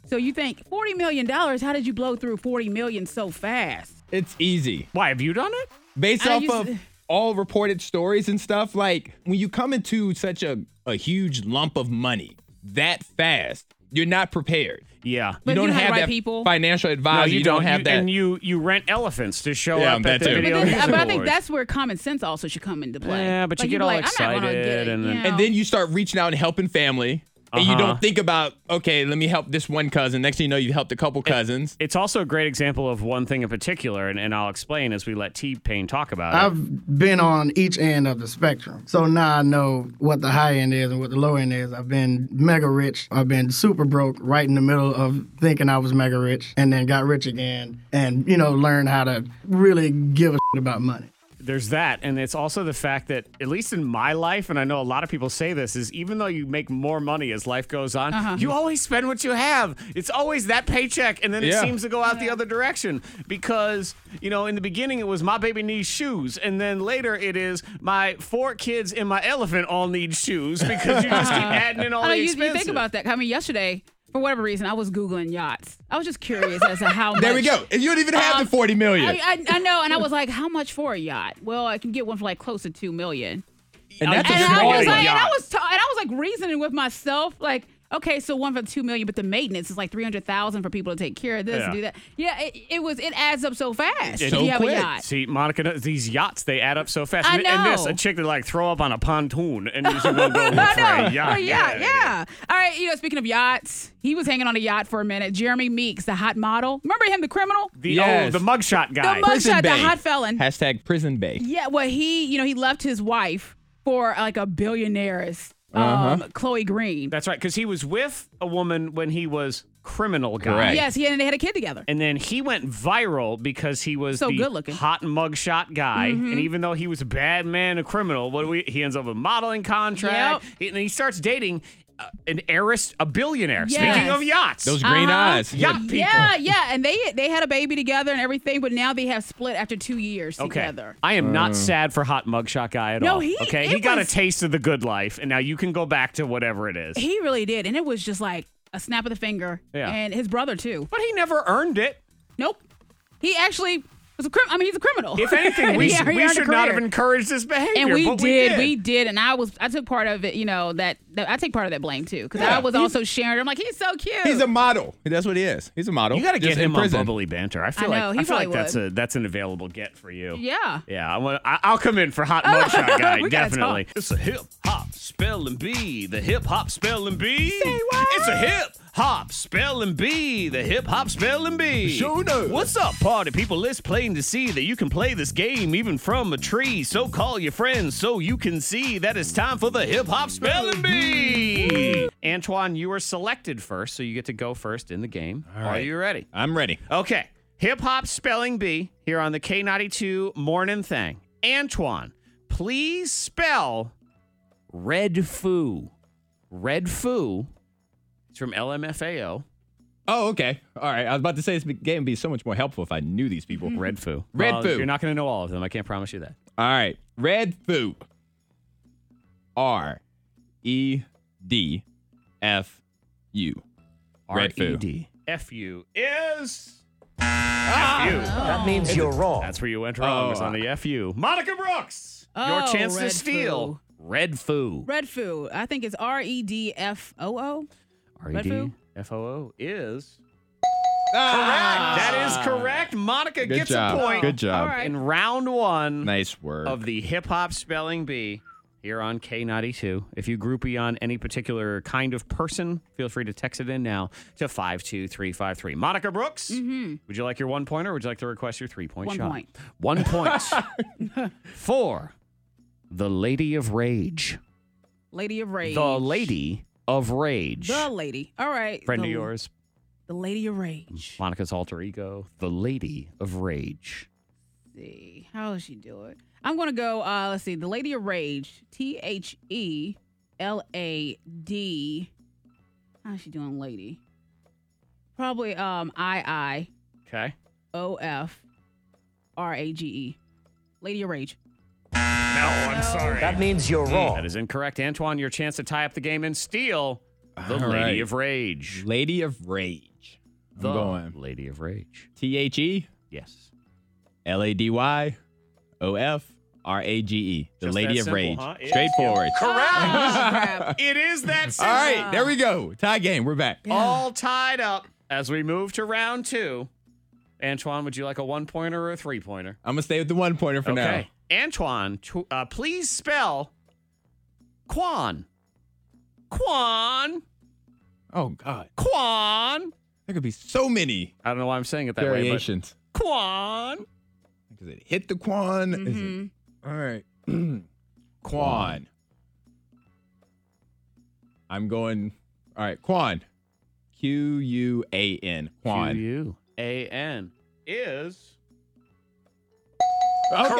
Speaker 5: So you think $40 million, how did you blow through $40 million so fast?
Speaker 3: It's easy.
Speaker 1: Why have you done it?
Speaker 3: Based
Speaker 5: I
Speaker 3: off
Speaker 5: used
Speaker 3: of
Speaker 5: to-
Speaker 3: all reported stories and stuff, like when you come into such a, a huge lump of money that fast, You're not prepared.
Speaker 1: Yeah.
Speaker 3: you don't have that financial advisor.
Speaker 1: No, you, don't,
Speaker 3: have
Speaker 1: You-
Speaker 3: that.
Speaker 1: And you you rent elephants to show
Speaker 3: Yeah,
Speaker 1: up
Speaker 3: that
Speaker 1: at the
Speaker 3: too.
Speaker 1: video
Speaker 5: But, this-
Speaker 1: music
Speaker 5: but I think
Speaker 1: awards.
Speaker 5: that's where common sense also should come into play.
Speaker 1: Yeah, but you
Speaker 5: Like,
Speaker 1: get
Speaker 5: you'd be
Speaker 1: all
Speaker 5: like, I'm not gonna get
Speaker 1: excited
Speaker 5: it,
Speaker 1: and
Speaker 5: you
Speaker 1: then-
Speaker 5: know?
Speaker 3: and then you start reaching out and helping family. And you
Speaker 1: Uh-huh.
Speaker 3: don't think about, okay, let me help this one cousin. Next thing you know, you've helped a couple cousins.
Speaker 1: It's also a great example of one thing in particular, and, and I'll explain as we let T Pain talk about it.
Speaker 11: I've been on each end of the spectrum. So now I know what the high end is and what the low end is. I've been mega rich. I've been super broke right in the middle of thinking I was mega rich and then got rich again and, you know, learned how to really give a shit about money.
Speaker 1: There's that, and it's also the fact that, at least in my life, and I know a lot of people say this, is even though you make more money as life goes on,
Speaker 5: Uh-huh.
Speaker 1: you always spend what you have. It's always that paycheck, and then it
Speaker 3: Yeah.
Speaker 1: seems to go out the other direction because you know, in the beginning, it was my baby needs shoes, and then later it is my four kids and my elephant all need shoes because you just keep adding in all
Speaker 5: I
Speaker 1: the
Speaker 5: know Oh, you, you
Speaker 1: expenses.
Speaker 5: think about that. I mean, yesterday, for whatever reason, I was Googling yachts. I was just curious as to how much.
Speaker 3: There we go. And you don't even have the 40 million.
Speaker 5: um, I, I, I know, and I was like, how much for a yacht? Well, I can get one for like close to two million.
Speaker 3: and that's
Speaker 5: and
Speaker 3: a
Speaker 5: I
Speaker 3: small
Speaker 5: was
Speaker 3: one.
Speaker 5: like, and I was, ta- and I was like reasoning with myself, like, okay, so one for two million, but the maintenance is like three hundred thousand for people to take care of this
Speaker 1: Yeah.
Speaker 5: and do that. Yeah, it, it was. It adds up so fast.
Speaker 1: It-
Speaker 5: if you have a yacht.
Speaker 1: See, Monica, knows- these yachts, they add up so fast.
Speaker 5: I
Speaker 1: And- And this,
Speaker 5: know.
Speaker 1: a chick that like throw up on a pontoon and you should go go
Speaker 5: I
Speaker 1: for
Speaker 5: know.
Speaker 1: a yacht.
Speaker 5: Well, yeah, yeah, All right. You know, speaking of yachts, he was hanging on a yacht for a minute. Jeremy Meeks, the hot model. Remember him, the criminal?
Speaker 1: The,
Speaker 3: Yes.
Speaker 1: oh, the mugshot guy.
Speaker 5: The mugshot, the hot felon.
Speaker 3: Hashtag prison bay.
Speaker 5: Yeah, well, he, you know, he left his wife for like a billionaire's, um,
Speaker 1: Uh-huh.
Speaker 5: Chloe Green.
Speaker 1: That's right, because he was with a woman when he was criminal guy.
Speaker 5: Yes, he and they had a kid together.
Speaker 1: And then he went viral because he was
Speaker 5: So
Speaker 1: the
Speaker 5: good-looking.
Speaker 1: hot mugshot guy.
Speaker 5: Mhm.
Speaker 1: And even though he was a bad man, a criminal, what do we, he ends up with a modeling contract. He- and he starts dating uh, an heiress, a billionaire. Speaking
Speaker 5: Yes.
Speaker 1: of yachts,
Speaker 3: Those green Uh-huh. eyes.
Speaker 1: yacht people.
Speaker 5: Yeah, yeah, and they they had a baby together and everything, but now they have split after two years
Speaker 1: Okay.
Speaker 5: together.
Speaker 1: I am
Speaker 3: Mm.
Speaker 1: not sad for hot mugshot guy at
Speaker 5: No,
Speaker 1: all.
Speaker 5: he-
Speaker 1: okay,
Speaker 5: it
Speaker 1: he got a
Speaker 5: was-
Speaker 1: taste of the good life, and now you can go back to whatever it is.
Speaker 5: He really did, and it was just like a snap of the finger.
Speaker 1: Yeah.
Speaker 5: and his brother too.
Speaker 1: But he never earned it.
Speaker 5: Nope, he actually was a crim. I mean, he's a criminal.
Speaker 1: If anything, we,
Speaker 5: He
Speaker 1: should-
Speaker 5: already
Speaker 1: we
Speaker 5: earned a
Speaker 1: should not
Speaker 5: career.
Speaker 1: have encouraged this behavior.
Speaker 5: And we
Speaker 1: but
Speaker 5: did, we did, and I was, I took part of it. You know that, that I take part of that blame too, because
Speaker 3: Yeah.
Speaker 5: I was also sharing. I'm like, he's so cute.
Speaker 3: He's a model. That's what he is. He's a model.
Speaker 1: You got to
Speaker 3: Just
Speaker 1: get
Speaker 3: in
Speaker 1: him on
Speaker 3: prison.
Speaker 1: bubbly banter. I feel
Speaker 5: I know,
Speaker 1: like
Speaker 5: he
Speaker 1: I feel like
Speaker 5: probably
Speaker 1: that's
Speaker 5: would.
Speaker 1: a that's an available get for you.
Speaker 5: yeah.
Speaker 1: Yeah, I want. I- I'll come in for hot mugshot guy.
Speaker 5: We gotta
Speaker 1: definitely.
Speaker 5: talk.
Speaker 1: It's a hip hop spelling bee. The hip hop spelling bee. It's a hip hop spelling bee. The hip hop spelling bee.
Speaker 3: Sure do.
Speaker 1: What's up, party people? It's plain to see that you can play this game even from a tree. So call your friends so you can see that it's time for the hip hop spelling bee. Antoine, you are selected first, so you get to go first in the game. Are
Speaker 3: right.
Speaker 1: you ready?
Speaker 3: I'm ready.
Speaker 1: Okay. Hip hop spelling bee here on the K92 morning thing. Antoine, please spell Red Foo. Red Foo. It's from LMFAO.
Speaker 3: Oh, okay. All right. I was about to say this game would be so much more helpful if I knew these people.
Speaker 1: Red Foo.
Speaker 3: Red
Speaker 1: Well,
Speaker 3: Foo.
Speaker 1: You're not going to know all of them. I can't promise you that.
Speaker 5: Mm-hmm.
Speaker 3: All right. Red Foo. R E D F U. Red Foo.
Speaker 1: R-E-D. E F U is. Ah. F U.
Speaker 12: That means you're wrong.
Speaker 1: That's where you went wrong.
Speaker 3: Oh.
Speaker 1: It's on the F U. Monica Brooks.
Speaker 5: Oh,
Speaker 1: your chance to
Speaker 5: Red
Speaker 1: steal.
Speaker 5: Foo.
Speaker 1: Red Foo.
Speaker 5: Red Foo. I think it's R E D F O O.
Speaker 1: R E D
Speaker 5: Foo?
Speaker 1: F O O is.
Speaker 3: Ah!
Speaker 1: That is correct. Monica
Speaker 3: Good
Speaker 1: gets
Speaker 3: job.
Speaker 1: a point.
Speaker 3: Good job.
Speaker 5: All right.
Speaker 1: In round one
Speaker 3: Nice work.
Speaker 1: of the hip hop spelling bee here on K92. If you groupie on any particular kind of person, feel free to text it in now to 52353. Monica Brooks, would you like your one point or would you like to request your three point
Speaker 5: Mm-hmm. One
Speaker 1: shot? One
Speaker 5: point.
Speaker 1: point for the Lady of Rage.
Speaker 5: Lady of Rage.
Speaker 1: The Lady of Rage.
Speaker 5: The lady. All right.
Speaker 1: Friend
Speaker 5: the,
Speaker 1: of yours,
Speaker 5: The Lady of Rage.
Speaker 1: Monica's alter ego, the Lady of Rage.
Speaker 5: Let's see. How does she do it? I'm going to go, uh, let's see. The Lady of Rage. T H E L A D. How's she doing, lady? Probably um I I
Speaker 1: Okay.
Speaker 5: O F R A G E. Lady of Rage.
Speaker 1: I'm sorry. Hmm.
Speaker 12: That means you're
Speaker 1: That
Speaker 12: wrong.
Speaker 1: is incorrect. Antoine, your chance to tie up the game and steal the
Speaker 3: All
Speaker 1: Lady
Speaker 3: right.
Speaker 1: of Rage.
Speaker 3: Lady of Rage. I'm
Speaker 1: The
Speaker 3: going
Speaker 1: Lady of Rage.
Speaker 3: T H E
Speaker 1: Yes.
Speaker 3: L A D Y O F R A G E, the
Speaker 12: Just
Speaker 3: Lady
Speaker 12: that
Speaker 3: of
Speaker 12: simple,
Speaker 3: Rage.
Speaker 12: huh? It's-
Speaker 3: Straightforward.
Speaker 1: Correct. it is that simple.
Speaker 3: All right, there we go. Tie game. We're back.
Speaker 1: All tied up as we move to round two. Antoine, would you like a one pointer or a three pointer?
Speaker 3: I'm gonna stay with the one pointer for now.
Speaker 1: okay. Antoine, tw- uh, please spell Quan. Quan.
Speaker 3: Oh God,
Speaker 1: Quan.
Speaker 3: there could be so many
Speaker 1: I don't know why I'm saying it that
Speaker 3: variations.
Speaker 1: way. but- Quan.
Speaker 3: Is it hit the quan? Is it-
Speaker 12: Mm-hmm.
Speaker 5: mm-hmm.
Speaker 3: all right, quan. I'm going. All right, quan. Q U A N. Quan.
Speaker 1: Q U A N is
Speaker 3: Okay.
Speaker 1: correct.
Speaker 3: All
Speaker 1: Look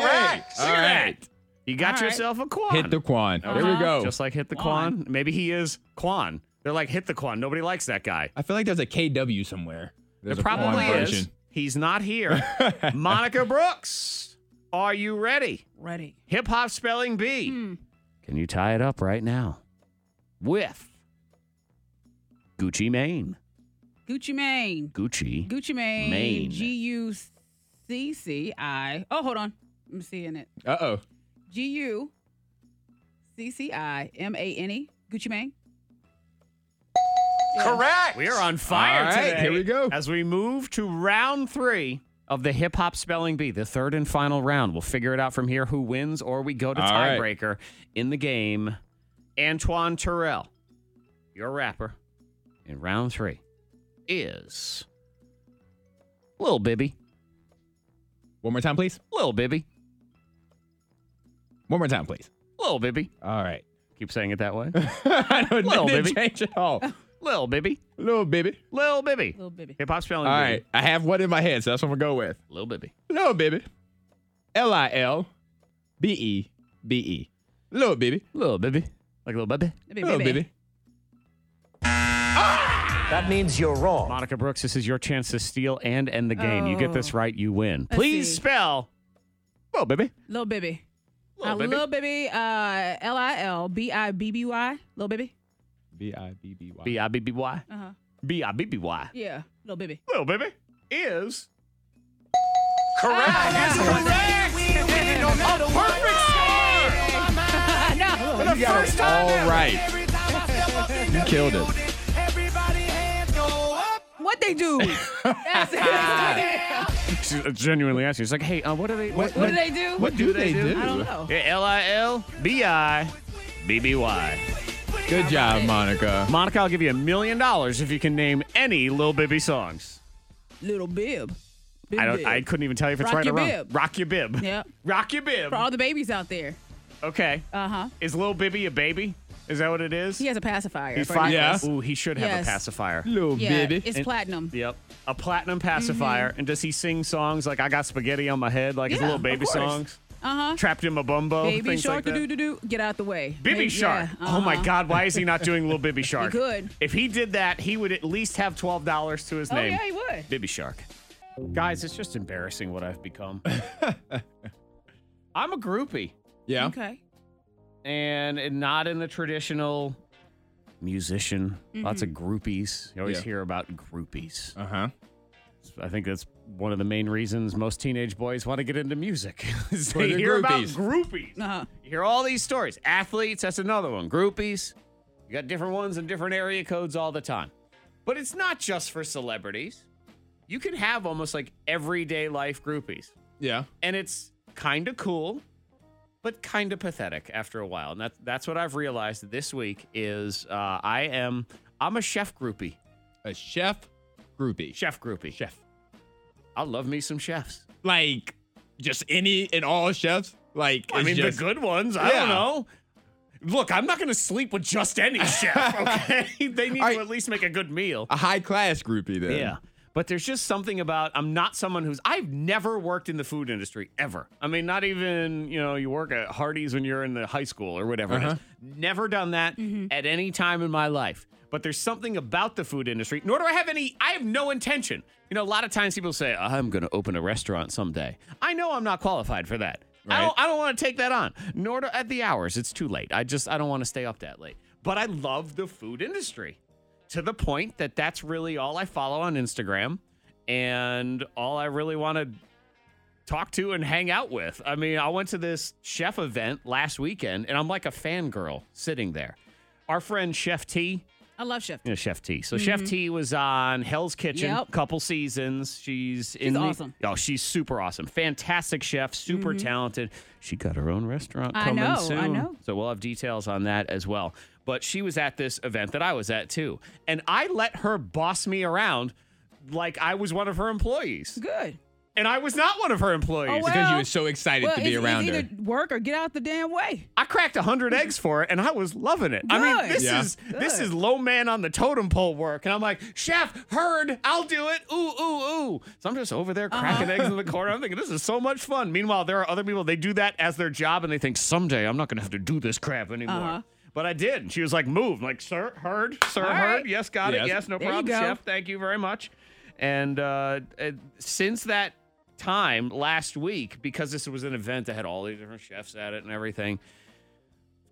Speaker 1: at that.
Speaker 3: right.
Speaker 1: You got
Speaker 5: All right.
Speaker 1: yourself a Quan.
Speaker 3: Hit the quan. There we
Speaker 1: Okay.
Speaker 3: go.
Speaker 1: Just like hit the
Speaker 5: Quan.
Speaker 1: Quan. Maybe he is Quan. They're like hit the Quan. Nobody likes that guy.
Speaker 3: I feel like there's a KW somewhere. There's
Speaker 1: There
Speaker 3: a Quan
Speaker 1: probably is.
Speaker 3: version.
Speaker 1: He's not here. Monica Brooks, are you ready?
Speaker 5: Ready.
Speaker 1: Hip hop spelling bee.
Speaker 5: Hmm.
Speaker 1: Can you tie it up right now with Gucci Mane?
Speaker 5: Gucci Mane.
Speaker 1: Gucci.
Speaker 5: Gucci Mane.
Speaker 1: Mane.
Speaker 5: G U C C I. Oh, hold on. I'm seeing it.
Speaker 3: Uh oh.
Speaker 5: G U C C I M A N E. Gucci Mane.
Speaker 1: Correct. We are on fire
Speaker 3: All right,
Speaker 1: today.
Speaker 3: here we go.
Speaker 1: As we move to round three of the hip hop spelling bee, the third and final round. We'll figure it out from here who wins or we go to
Speaker 3: All right.
Speaker 1: tiebreaker in the game. Antoine Terrell, your rapper in round three is Lil Bibby.
Speaker 3: One more time, please.
Speaker 1: Lil Bibby.
Speaker 3: One more time, please.
Speaker 1: Lil Bibby.
Speaker 3: All right.
Speaker 1: Keep saying it that way.
Speaker 3: I don't
Speaker 1: Little baby.
Speaker 3: didn't change at all.
Speaker 1: Lil Bibby.
Speaker 3: Little baby.
Speaker 1: Lil Bibby.
Speaker 5: Little baby.
Speaker 1: Hip hop spelling
Speaker 3: All
Speaker 1: bee.
Speaker 3: right. I have one in my head, so that's what I'm gonna go with.
Speaker 1: Lil Bibby.
Speaker 3: Little baby. L I L B E B E. Little baby.
Speaker 1: Lil Bibby. Like Lil Bibby.
Speaker 3: Little baby.
Speaker 13: That means you're wrong.
Speaker 1: Monica Brooks, this is your chance to steal and end the game. You get this
Speaker 5: Oh.
Speaker 1: right, you win.
Speaker 5: Let's
Speaker 1: Please
Speaker 5: see.
Speaker 1: spell. Whoa, baby.
Speaker 5: Little baby.
Speaker 1: Lil
Speaker 5: Uh,
Speaker 1: Bibby.
Speaker 5: Lil Bibby. Uh, L I L B I B B Y. Little baby.
Speaker 3: B I B B Y.
Speaker 1: B I B B Y.
Speaker 5: Uh huh.
Speaker 1: B I B B Y.
Speaker 5: Yeah. Little baby.
Speaker 1: Little baby is.
Speaker 5: Correct.
Speaker 1: A perfect score!
Speaker 5: no.
Speaker 1: For the
Speaker 3: You got
Speaker 1: first
Speaker 3: it
Speaker 1: time
Speaker 3: all
Speaker 1: ever.
Speaker 3: right. You killed it.
Speaker 5: What they do? That's it.
Speaker 1: She uh, genuinely asked you. She's like, hey, uh, what are they? What,
Speaker 5: What do they do?
Speaker 3: What do they do?
Speaker 5: I don't know.
Speaker 1: L I L B I B B Y.
Speaker 3: Good job, Monica.
Speaker 1: Monica, I'll give you a million dollars if you can name any Lil Bibby songs.
Speaker 5: Little bib. Bib
Speaker 1: I don't.
Speaker 5: bib.
Speaker 1: I couldn't even tell you if it's
Speaker 5: Rock
Speaker 1: right
Speaker 5: your
Speaker 1: or wrong.
Speaker 5: bib.
Speaker 1: Rock your bib.
Speaker 5: Yep.
Speaker 1: Rock your bib.
Speaker 5: For all the babies out there.
Speaker 1: Okay.
Speaker 5: Uh huh.
Speaker 1: Is Lil Bibby a baby? Is that what it is?
Speaker 5: He has a pacifier.
Speaker 1: He's
Speaker 5: Freddie.
Speaker 1: five.
Speaker 3: Yeah.
Speaker 1: Ooh, he should have
Speaker 5: Yes.
Speaker 1: a pacifier.
Speaker 3: Little
Speaker 5: Yeah,
Speaker 3: baby.
Speaker 5: it's platinum.
Speaker 1: Yep. A platinum
Speaker 5: Mm-hmm.
Speaker 1: pacifier. And does he sing songs like I Got Spaghetti on My Head, like his
Speaker 5: Yeah,
Speaker 1: little
Speaker 5: of
Speaker 1: baby
Speaker 5: course.
Speaker 1: songs?
Speaker 5: Uh huh.
Speaker 1: Trapped in my bumbo.
Speaker 5: Baby
Speaker 1: things
Speaker 5: shark,
Speaker 1: like
Speaker 5: doo
Speaker 1: that.
Speaker 5: doo doo doo. Get out the way.
Speaker 1: Bibby
Speaker 5: Baby-
Speaker 1: Shark.
Speaker 5: yeah,
Speaker 1: Oh my
Speaker 5: uh-huh.
Speaker 1: God, why is he not doing Little Bibby Shark?
Speaker 5: could.
Speaker 1: If he did that, he would at least have $12 to his
Speaker 5: Oh,
Speaker 1: name.
Speaker 5: yeah, he would.
Speaker 1: Bibby Shark. Guys, it's just embarrassing what I've become. I'm a groupie.
Speaker 3: Yeah.
Speaker 5: Okay.
Speaker 1: and and not in the traditional musician. Lots
Speaker 5: Mm-hmm.
Speaker 1: of groupies. You always
Speaker 3: Yeah.
Speaker 1: hear about groupies.
Speaker 3: Uh huh.
Speaker 1: I think that's one of the main reasons most teenage boys want to get into music. is
Speaker 3: For
Speaker 1: they
Speaker 3: the
Speaker 1: hear about
Speaker 3: groupies.
Speaker 1: groupies.
Speaker 5: Uh huh.
Speaker 1: You hear all these stories. Athletes, that's another one. Groupies. You got different ones in different area codes all the time. But it's not just for celebrities. You can have almost like everyday life groupies
Speaker 3: Yeah.
Speaker 1: and it's kind of cool but kind of pathetic after a while and that, that's what i've realized this week is uh, i am i'm a chef groupie
Speaker 3: A chef groupie.
Speaker 1: chef groupie
Speaker 3: Chef.
Speaker 1: i love me some chefs
Speaker 3: Like just any and all chefs. Like
Speaker 1: i
Speaker 3: it's
Speaker 1: mean
Speaker 3: just,
Speaker 1: the good ones i
Speaker 3: Yeah.
Speaker 1: don't know look i'm not gonna sleep with just any chef okay they need
Speaker 3: All right.
Speaker 1: to at least make a good meal
Speaker 3: a high class groupie then.
Speaker 1: Yeah. But there's just something about I'm not someone who's I've never worked in the food industry ever. I mean, not even, you know, you work at Hardee's when you're in the high school or whatever it is. Never done that at any time in my life. But there's something about the food industry, nor do I have any I have no intention. You know, a lot of times people say, I'm gonna open a restaurant someday. I know I'm not qualified for that. I
Speaker 3: Right.
Speaker 1: don't I don't want to take that on. Nor do at the hours. It's too late. I just I don't want to stay up that late. But I love the food industry to the point that that's really all I follow on Instagram and all I really want to talk to and hang out with. I mean, I went to this chef event last weekend and I'm like a fangirl sitting there. Our friend Chef T,
Speaker 5: I love Chef.
Speaker 1: yeah, Chef T. So Chef
Speaker 5: Mhm.
Speaker 1: T was on Hell's Kitchen,
Speaker 5: Yep.
Speaker 1: couple seasons. She's in the-
Speaker 5: awesome.
Speaker 1: Oh, she's super awesome, fantastic chef, super
Speaker 5: Mhm.
Speaker 1: talented. She got her own restaurant
Speaker 5: I
Speaker 1: coming
Speaker 5: know, I
Speaker 1: soon,
Speaker 5: know.
Speaker 1: so we'll have details on that as well. But she was at this event that I was at too, and I let her boss me around like I was one of her employees.
Speaker 5: Good.
Speaker 1: And I was not one of her employees
Speaker 5: Oh, Because you well. were
Speaker 1: so excited
Speaker 5: well, it's, it's either work or get out the damn way.
Speaker 1: I cracked a hundred eggs for it, and I was loving it. I mean,
Speaker 5: Good.
Speaker 1: this
Speaker 5: Yeah.
Speaker 1: is this is low man on the totem pole work, and I'm like, chef, heard, I'll do it. Ooh, ooh, ooh. So I'm just over there cracking
Speaker 5: Uh-huh.
Speaker 1: eggs in the corner. I'm thinking this is so much fun. Meanwhile, there are other people they do that as their job, and they think someday I'm not going to have to do this crap anymore.
Speaker 5: Uh-huh.
Speaker 1: But I did. And she was like, move. I'm like, sir, heard, sir,
Speaker 5: All
Speaker 1: heard.
Speaker 5: right.
Speaker 1: Yes, got
Speaker 5: Yes.
Speaker 1: it. Yes, no
Speaker 5: There you
Speaker 1: problem,
Speaker 5: go.
Speaker 1: chef. Thank you very much. And uh, uh, since that time last week, because this was an event that had all these different chefs at it and everything,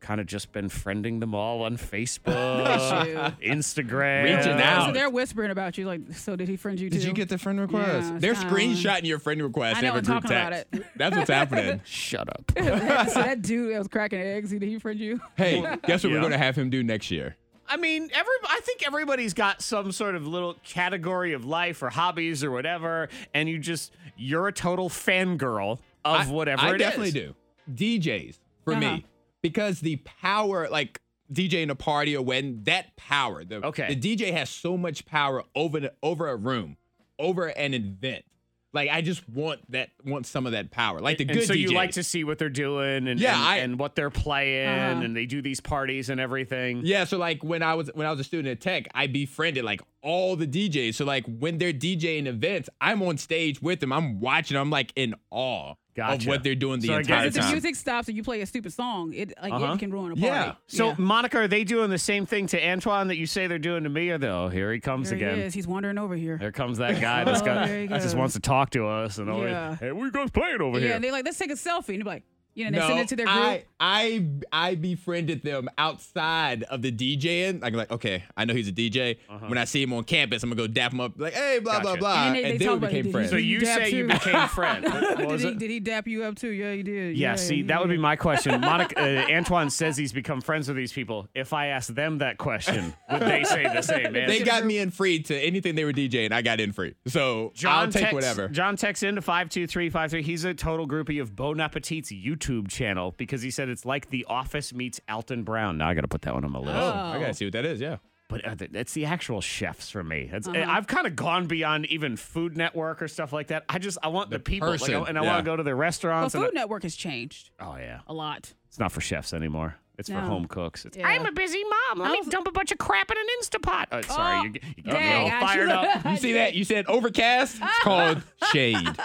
Speaker 1: kind of just been friending them all on Facebook, Instagram,
Speaker 3: Reaching out.
Speaker 5: Uh, So they're whispering about you. Like, so did he friend you too?
Speaker 3: Did you get the friend request?
Speaker 5: Yeah,
Speaker 3: They're
Speaker 5: it's kinda-
Speaker 3: screenshotting your friend request
Speaker 5: I know,
Speaker 3: every
Speaker 5: I'm
Speaker 3: group
Speaker 5: talking about
Speaker 3: text.
Speaker 5: it.
Speaker 3: That's what's happening.
Speaker 1: Shut up.
Speaker 5: so that dude that was cracking eggs, did he friend you?
Speaker 3: Hey, guess what
Speaker 1: Yeah.
Speaker 3: we're going to have him do next year?
Speaker 1: I mean, every I think everybody's got some sort of little category of life or hobbies or whatever, and you just you're a total fangirl of
Speaker 3: I-
Speaker 1: whatever
Speaker 3: I
Speaker 1: it
Speaker 3: definitely
Speaker 1: is.
Speaker 3: do. DJs for
Speaker 1: Uh-huh.
Speaker 3: me because the power, like DJing a party or when that power, the,
Speaker 1: Okay.
Speaker 3: the DJ has so much power over the, over a room, over an event. Like I just want that, want some of that power. Like the
Speaker 1: and
Speaker 3: good
Speaker 1: so you
Speaker 3: DJs.
Speaker 1: like to see what they're doing and
Speaker 3: Yeah,
Speaker 1: and,
Speaker 3: I-
Speaker 1: and what they're playing
Speaker 3: Uh-huh.
Speaker 1: and they do these parties and everything.
Speaker 3: Yeah, so like when I was when I was a student at Tech, I befriended like all the DJs. So like when they're DJing events, I'm on stage with them. I'm watching. I'm like in awe of
Speaker 1: Gotcha.
Speaker 3: what they're doing the
Speaker 1: So I guess
Speaker 3: entire
Speaker 5: If the
Speaker 3: time.
Speaker 5: music stops and you play a stupid song, it like
Speaker 1: Uh-huh.
Speaker 5: it can ruin a party.
Speaker 1: So Monica, are they doing the same thing to Antoine that you say they're doing to me? Or though, here he comes
Speaker 5: There
Speaker 1: again.
Speaker 5: he is. He's wandering over here.
Speaker 1: There comes that guy that's
Speaker 5: Oh,
Speaker 1: got,
Speaker 5: there he
Speaker 1: that just
Speaker 5: goes.
Speaker 1: wants to talk to us and always,
Speaker 5: Yeah.
Speaker 1: hey, we guys playing over
Speaker 5: yeah,
Speaker 1: here.
Speaker 5: and they're like, let's take a selfie. And they're like, you know, they send it to their group.
Speaker 3: I, I I befriended them outside of the DJing. Like, like okay, I know he's a DJ. When I see him on campus, I'm gonna go dap him up. Like, hey, blah blah
Speaker 1: Uh-huh. Gotcha.
Speaker 3: blah,
Speaker 5: And
Speaker 3: and,
Speaker 5: they- they
Speaker 3: then
Speaker 5: talk
Speaker 3: we
Speaker 5: about it.
Speaker 3: became
Speaker 5: Did he
Speaker 3: friends.
Speaker 1: so
Speaker 5: do
Speaker 1: you
Speaker 5: dap
Speaker 1: say you
Speaker 5: too?
Speaker 1: became friends. What
Speaker 5: did,
Speaker 1: was
Speaker 5: he,
Speaker 1: it?
Speaker 5: did he dap you up too? Yeah, he did.
Speaker 1: Yeah, see,
Speaker 5: he
Speaker 1: that would
Speaker 5: did.
Speaker 1: be my question. Monica, uh, Antoine says he's become friends with these people. If I ask them that question, would they say the same answer?
Speaker 3: They got me in free to anything they were DJing. I got in free, so I'll take
Speaker 1: texts,
Speaker 3: whatever.
Speaker 1: John texts into 52353. He's a total groupie of Bon Appetit's YouTube channel because he said it's like The Office meets Alton Brown. Now I got to put that one on my list.
Speaker 3: Oh, I gotta see what that is. Yeah.
Speaker 1: But uh, th- that's the actual chefs for me. That's, eh,
Speaker 3: Uh-huh.
Speaker 1: I've kind of gone beyond even Food Network or stuff like that. I just I want the, people, like,
Speaker 3: person,
Speaker 1: and I
Speaker 3: yeah.
Speaker 1: want to go to their
Speaker 5: Well,
Speaker 1: restaurants. and
Speaker 5: Food Network has changed
Speaker 1: I- oh yeah,
Speaker 5: a lot.
Speaker 1: it's not for chefs anymore. It's
Speaker 5: No.
Speaker 1: for home cooks. It's,
Speaker 5: Yeah.
Speaker 1: I'm a busy mom. Let me dump a bunch of crap in an Instapot. Oh, sorry,
Speaker 5: Oh,
Speaker 1: you're, g- you're
Speaker 5: dang,
Speaker 1: getting all
Speaker 5: I
Speaker 1: fired
Speaker 5: should've-
Speaker 1: up.
Speaker 5: I
Speaker 3: You see that? You said overcast. It's called shade.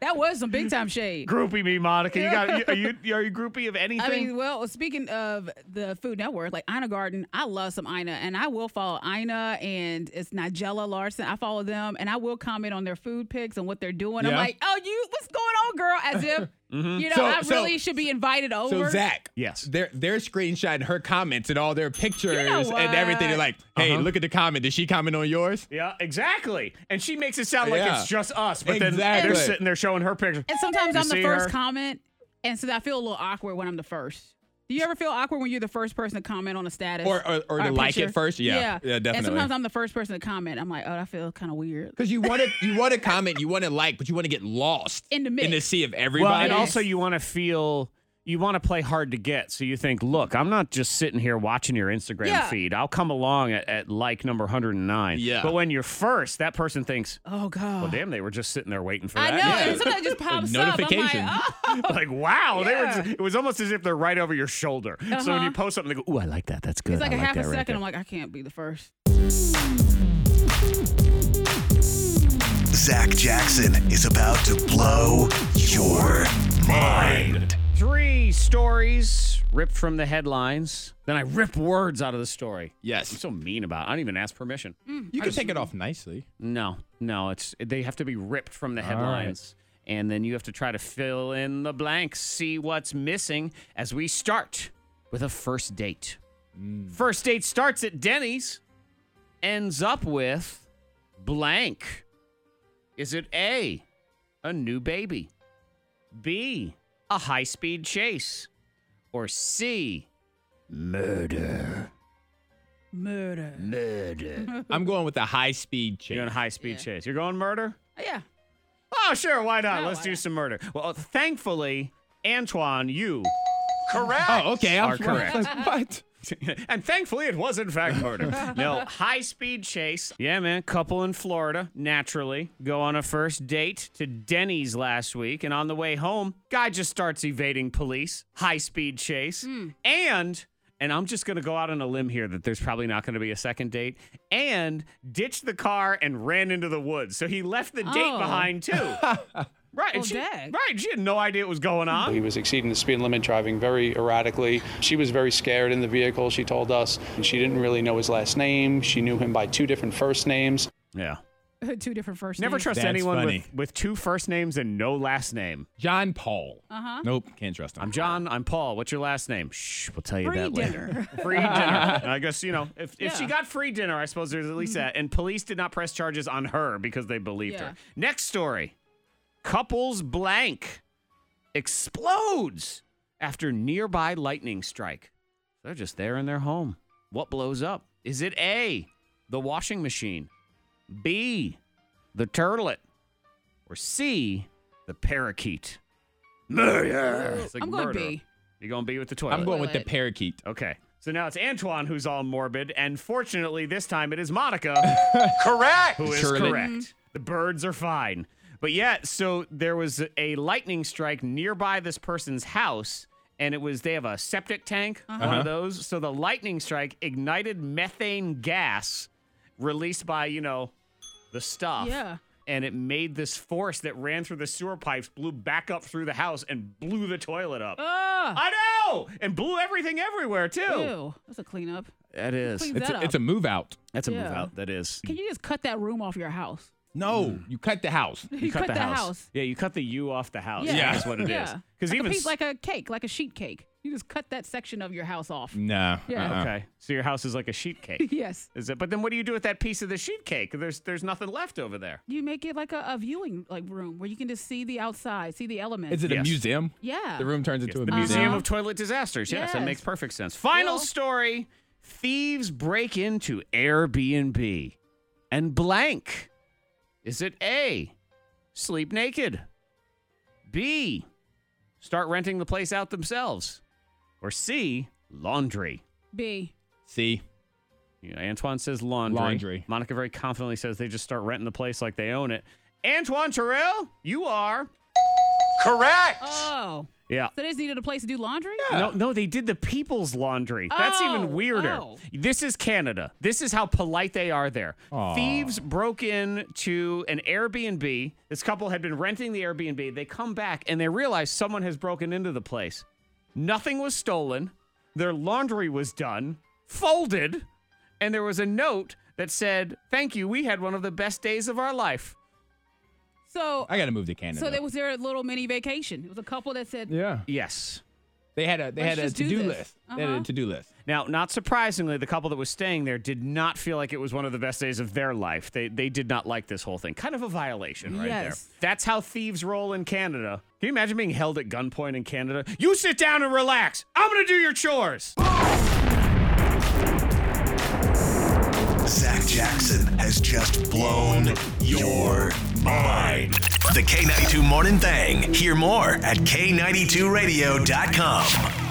Speaker 5: That was some big time shade.
Speaker 1: groupie me, Monica. You got you, are you are you groupie of anything?
Speaker 5: I mean, well, speaking of the Food Network, like Ina Garden, I love some Ina, and I will follow Ina and it's Nigella Larson. I follow them, and I will comment on their food picks and what they're doing.
Speaker 3: Yeah.
Speaker 5: I'm
Speaker 3: Mm-hmm.
Speaker 5: like, oh, you, what's going on, girl? As if you know,
Speaker 3: So-
Speaker 5: I
Speaker 3: so-
Speaker 5: really should be invited over.
Speaker 3: So Zach,
Speaker 1: yes,
Speaker 3: they're they're screenshotting her comments and all their pictures and everything. They're like, "Hey,
Speaker 1: Uh-huh.
Speaker 3: look at the comment. Did she comment on yours?"
Speaker 1: Yeah, exactly. And she makes it sound like
Speaker 3: Yeah.
Speaker 1: it's just us, but then
Speaker 3: Exactly.
Speaker 1: they're sitting there showing her picture.
Speaker 5: and sometimes
Speaker 1: You
Speaker 5: I'm the
Speaker 1: see
Speaker 5: first
Speaker 1: her?
Speaker 5: comment, and so I feel a little awkward when I'm the first. Do you ever feel awkward when you're the first person to comment on a status
Speaker 3: Or- or- or
Speaker 5: a
Speaker 3: to like it
Speaker 5: picture?
Speaker 3: first? Yeah. Yeah,
Speaker 5: And
Speaker 3: definitely.
Speaker 5: sometimes I'm the first person to comment. I'm like, oh, I feel kind of weird.
Speaker 3: Because you want to you want to comment, you want to like, but you want to get lost
Speaker 5: In the mix.
Speaker 3: in the sea of everybody.
Speaker 1: Well, and also you want to feel you want to play hard to get, so you think, look, I'm not just sitting here watching your Instagram
Speaker 5: Yeah.
Speaker 1: feed. I'll come along at, at like number 109.
Speaker 3: Yeah.
Speaker 1: But when you're first, that person thinks,
Speaker 5: Oh God.
Speaker 1: well, damn, they were just sitting there waiting for
Speaker 5: I know,
Speaker 1: that.
Speaker 5: and sometimes it just pops
Speaker 1: Notification.
Speaker 5: up. "Oh,
Speaker 1: like, wow, they were.
Speaker 5: Yeah.
Speaker 1: Just, it was almost as if they're right over your shoulder. So when
Speaker 5: Uh-huh.
Speaker 1: you post something, they go, "Ooh, I like that. That's good."
Speaker 5: I'm like, oh. it's like
Speaker 1: I
Speaker 5: a half
Speaker 1: that
Speaker 5: a
Speaker 1: right
Speaker 5: second.
Speaker 1: there."
Speaker 5: I'm like, I can't be the first.
Speaker 12: Zach Jackson is about to blow your mind.
Speaker 1: Three stories ripped from the headlines. Then I rip words out of the story.
Speaker 3: Yes.
Speaker 1: I'm so mean about it. I don't even ask permission.
Speaker 3: you can take it off nicely.
Speaker 1: No, no, it's they have to be ripped from the
Speaker 3: All right.
Speaker 1: headlines. And then you have to try to fill in the blanks, see what's missing as we start with a first date.
Speaker 3: Mm.
Speaker 1: First date starts at Denny's, ends up with blank. Is it A, a new baby? B, a high speed chase? Or C, murder?
Speaker 5: Murder.
Speaker 1: Murder.
Speaker 3: I'm going with the high speed chase.
Speaker 1: You're going high speed chase. You're going murder?
Speaker 5: Yeah.
Speaker 1: Oh, sure. Why not? Let's do some murder. Well, thankfully, Antoine, you correct.
Speaker 3: Oh, okay. I'm
Speaker 1: are correct.
Speaker 3: what?
Speaker 1: and thankfully, it was in fact murder. no, high speed chase. Yeah, man. Couple in Florida, naturally, go on a first date to Denny's last week, and on the way home, guy just starts evading police. High speed chase,
Speaker 5: Hmm.
Speaker 1: and. And I'm just going to go out on a limb here that there's probably not going to be a second date. And ditched the car and ran into the woods. So he left the date
Speaker 5: Oh.
Speaker 1: behind too. right. and
Speaker 5: Well,
Speaker 1: she,
Speaker 5: dang.
Speaker 1: right. She had no idea what was going on.
Speaker 14: He was exceeding the speed limit, driving very erratically. She was very scared in the vehicle, she told us. She didn't really know his last name. She knew him by two different first names.
Speaker 1: Yeah.
Speaker 5: Two different first
Speaker 1: Never
Speaker 5: names.
Speaker 1: trust anyone with, with two first names and no last name.
Speaker 3: John Paul.
Speaker 5: Uh-huh.
Speaker 3: Nope, can't trust him.
Speaker 1: I'm John. I'm Paul. What's your last name? Shh, we'll tell you
Speaker 5: Free
Speaker 1: that
Speaker 5: dinner.
Speaker 1: later. Free dinner. And I guess you know if, if
Speaker 5: Yeah.
Speaker 1: she got free dinner, I suppose there's at least that. And police did not press charges on her because they believed
Speaker 5: Yeah.
Speaker 1: her. Next story: couples blank explodes after nearby lightning strike. They're just there in their home. What blows up? Is it A, the washing machine, B, the turtlet, or C, the parakeet? Murder. It's like
Speaker 5: I'm going
Speaker 1: murder.
Speaker 5: B.
Speaker 1: You're going to be with the toilet.
Speaker 3: I'm going with the parakeet.
Speaker 1: Okay. So now it's Antoine who's all morbid, and fortunately this time it is Monica. correct. Who is
Speaker 3: Surely.
Speaker 1: correct. The birds are fine. But yeah, so there was a lightning strike nearby this person's house, and it was they have a septic tank, one
Speaker 3: Uh-huh.
Speaker 1: of those. So the lightning strike ignited methane gas released by, you know, the stuff.
Speaker 5: Yeah.
Speaker 1: And it made this force that ran through the sewer pipes, blew back up through the house, and blew the toilet up.
Speaker 5: Ah.
Speaker 1: I know! And blew everything everywhere, too.
Speaker 5: Ew. That's a cleanup.
Speaker 1: That is.
Speaker 5: Cleans It's that a- up. it's
Speaker 3: a move out.
Speaker 1: That's a move
Speaker 5: Yeah.
Speaker 1: out. That is.
Speaker 5: Can you just cut that room off your house?
Speaker 3: No, you cut the house.
Speaker 5: You cut the house.
Speaker 1: Yeah, you cut the U off the house.
Speaker 5: Yeah.
Speaker 1: Yeah, that's what it is.
Speaker 5: Yeah.
Speaker 1: Because
Speaker 5: like
Speaker 1: even
Speaker 5: a piece,
Speaker 1: s-
Speaker 5: like a cake, like a sheet cake. You just cut that section of your house off.
Speaker 3: Nah.
Speaker 5: Yeah. uh-uh.
Speaker 1: Okay. So your house is like a sheet cake.
Speaker 5: yes.
Speaker 1: Is it? But then what do you do with that piece of the sheet cake? There's there's nothing left over there.
Speaker 5: You make it like a, a viewing like room where you can just see the outside, see the elements.
Speaker 3: Is it a museum?
Speaker 5: Yeah.
Speaker 3: The Uh-huh. room turns into a
Speaker 1: The
Speaker 3: museum.
Speaker 1: Museum of Toilet Disasters. Yes, that
Speaker 5: Yes.
Speaker 1: makes perfect sense. Final
Speaker 5: Well-
Speaker 1: story: Thieves break into Airbnb and blank. Is it A, sleep naked? B, start renting the place out themselves? Or C, laundry?
Speaker 5: B.
Speaker 3: See,
Speaker 1: Yeah, Antoine says laundry.
Speaker 3: Laundry.
Speaker 1: Monica very confidently says they just start renting the place like they own it. Antoine Terrell, you are correct.
Speaker 5: Oh.
Speaker 1: Yeah.
Speaker 5: So they just needed a place to do laundry?
Speaker 1: No, no, they did the people's laundry. That's
Speaker 5: Oh,
Speaker 1: even weirder.
Speaker 5: oh.
Speaker 1: This is Canada. This is how polite they are there.
Speaker 3: Aw.
Speaker 1: Thieves broke in to an Airbnb. This couple had been renting the Airbnb. They come back and they realize someone has broken into the place. Nothing was stolen. Their laundry was done, folded, and there was a note that said, "Thank you. We had one of the best days of our life."
Speaker 5: So
Speaker 3: I got to move to Canada.
Speaker 5: so there was their little mini vacation. It was a couple that said,
Speaker 3: yeah.
Speaker 1: Yes.
Speaker 3: They had a they
Speaker 5: Let's
Speaker 3: had a
Speaker 5: just do
Speaker 3: to do
Speaker 5: this.
Speaker 3: list. They had
Speaker 5: Uh-huh.
Speaker 3: a to do list.
Speaker 1: Now, not surprisingly, the couple that was staying there did not feel like it was one of the best days of their life. They they did not like this whole thing. Kind of a violation right
Speaker 5: Yes.
Speaker 1: there. That's how thieves roll in Canada. Can you imagine being held at gunpoint in Canada? You sit down and relax. I'm going to do your chores.
Speaker 12: Zach Jackson has just blown your mind. The K92 Morning Thing. Hear more at K92Radio.com.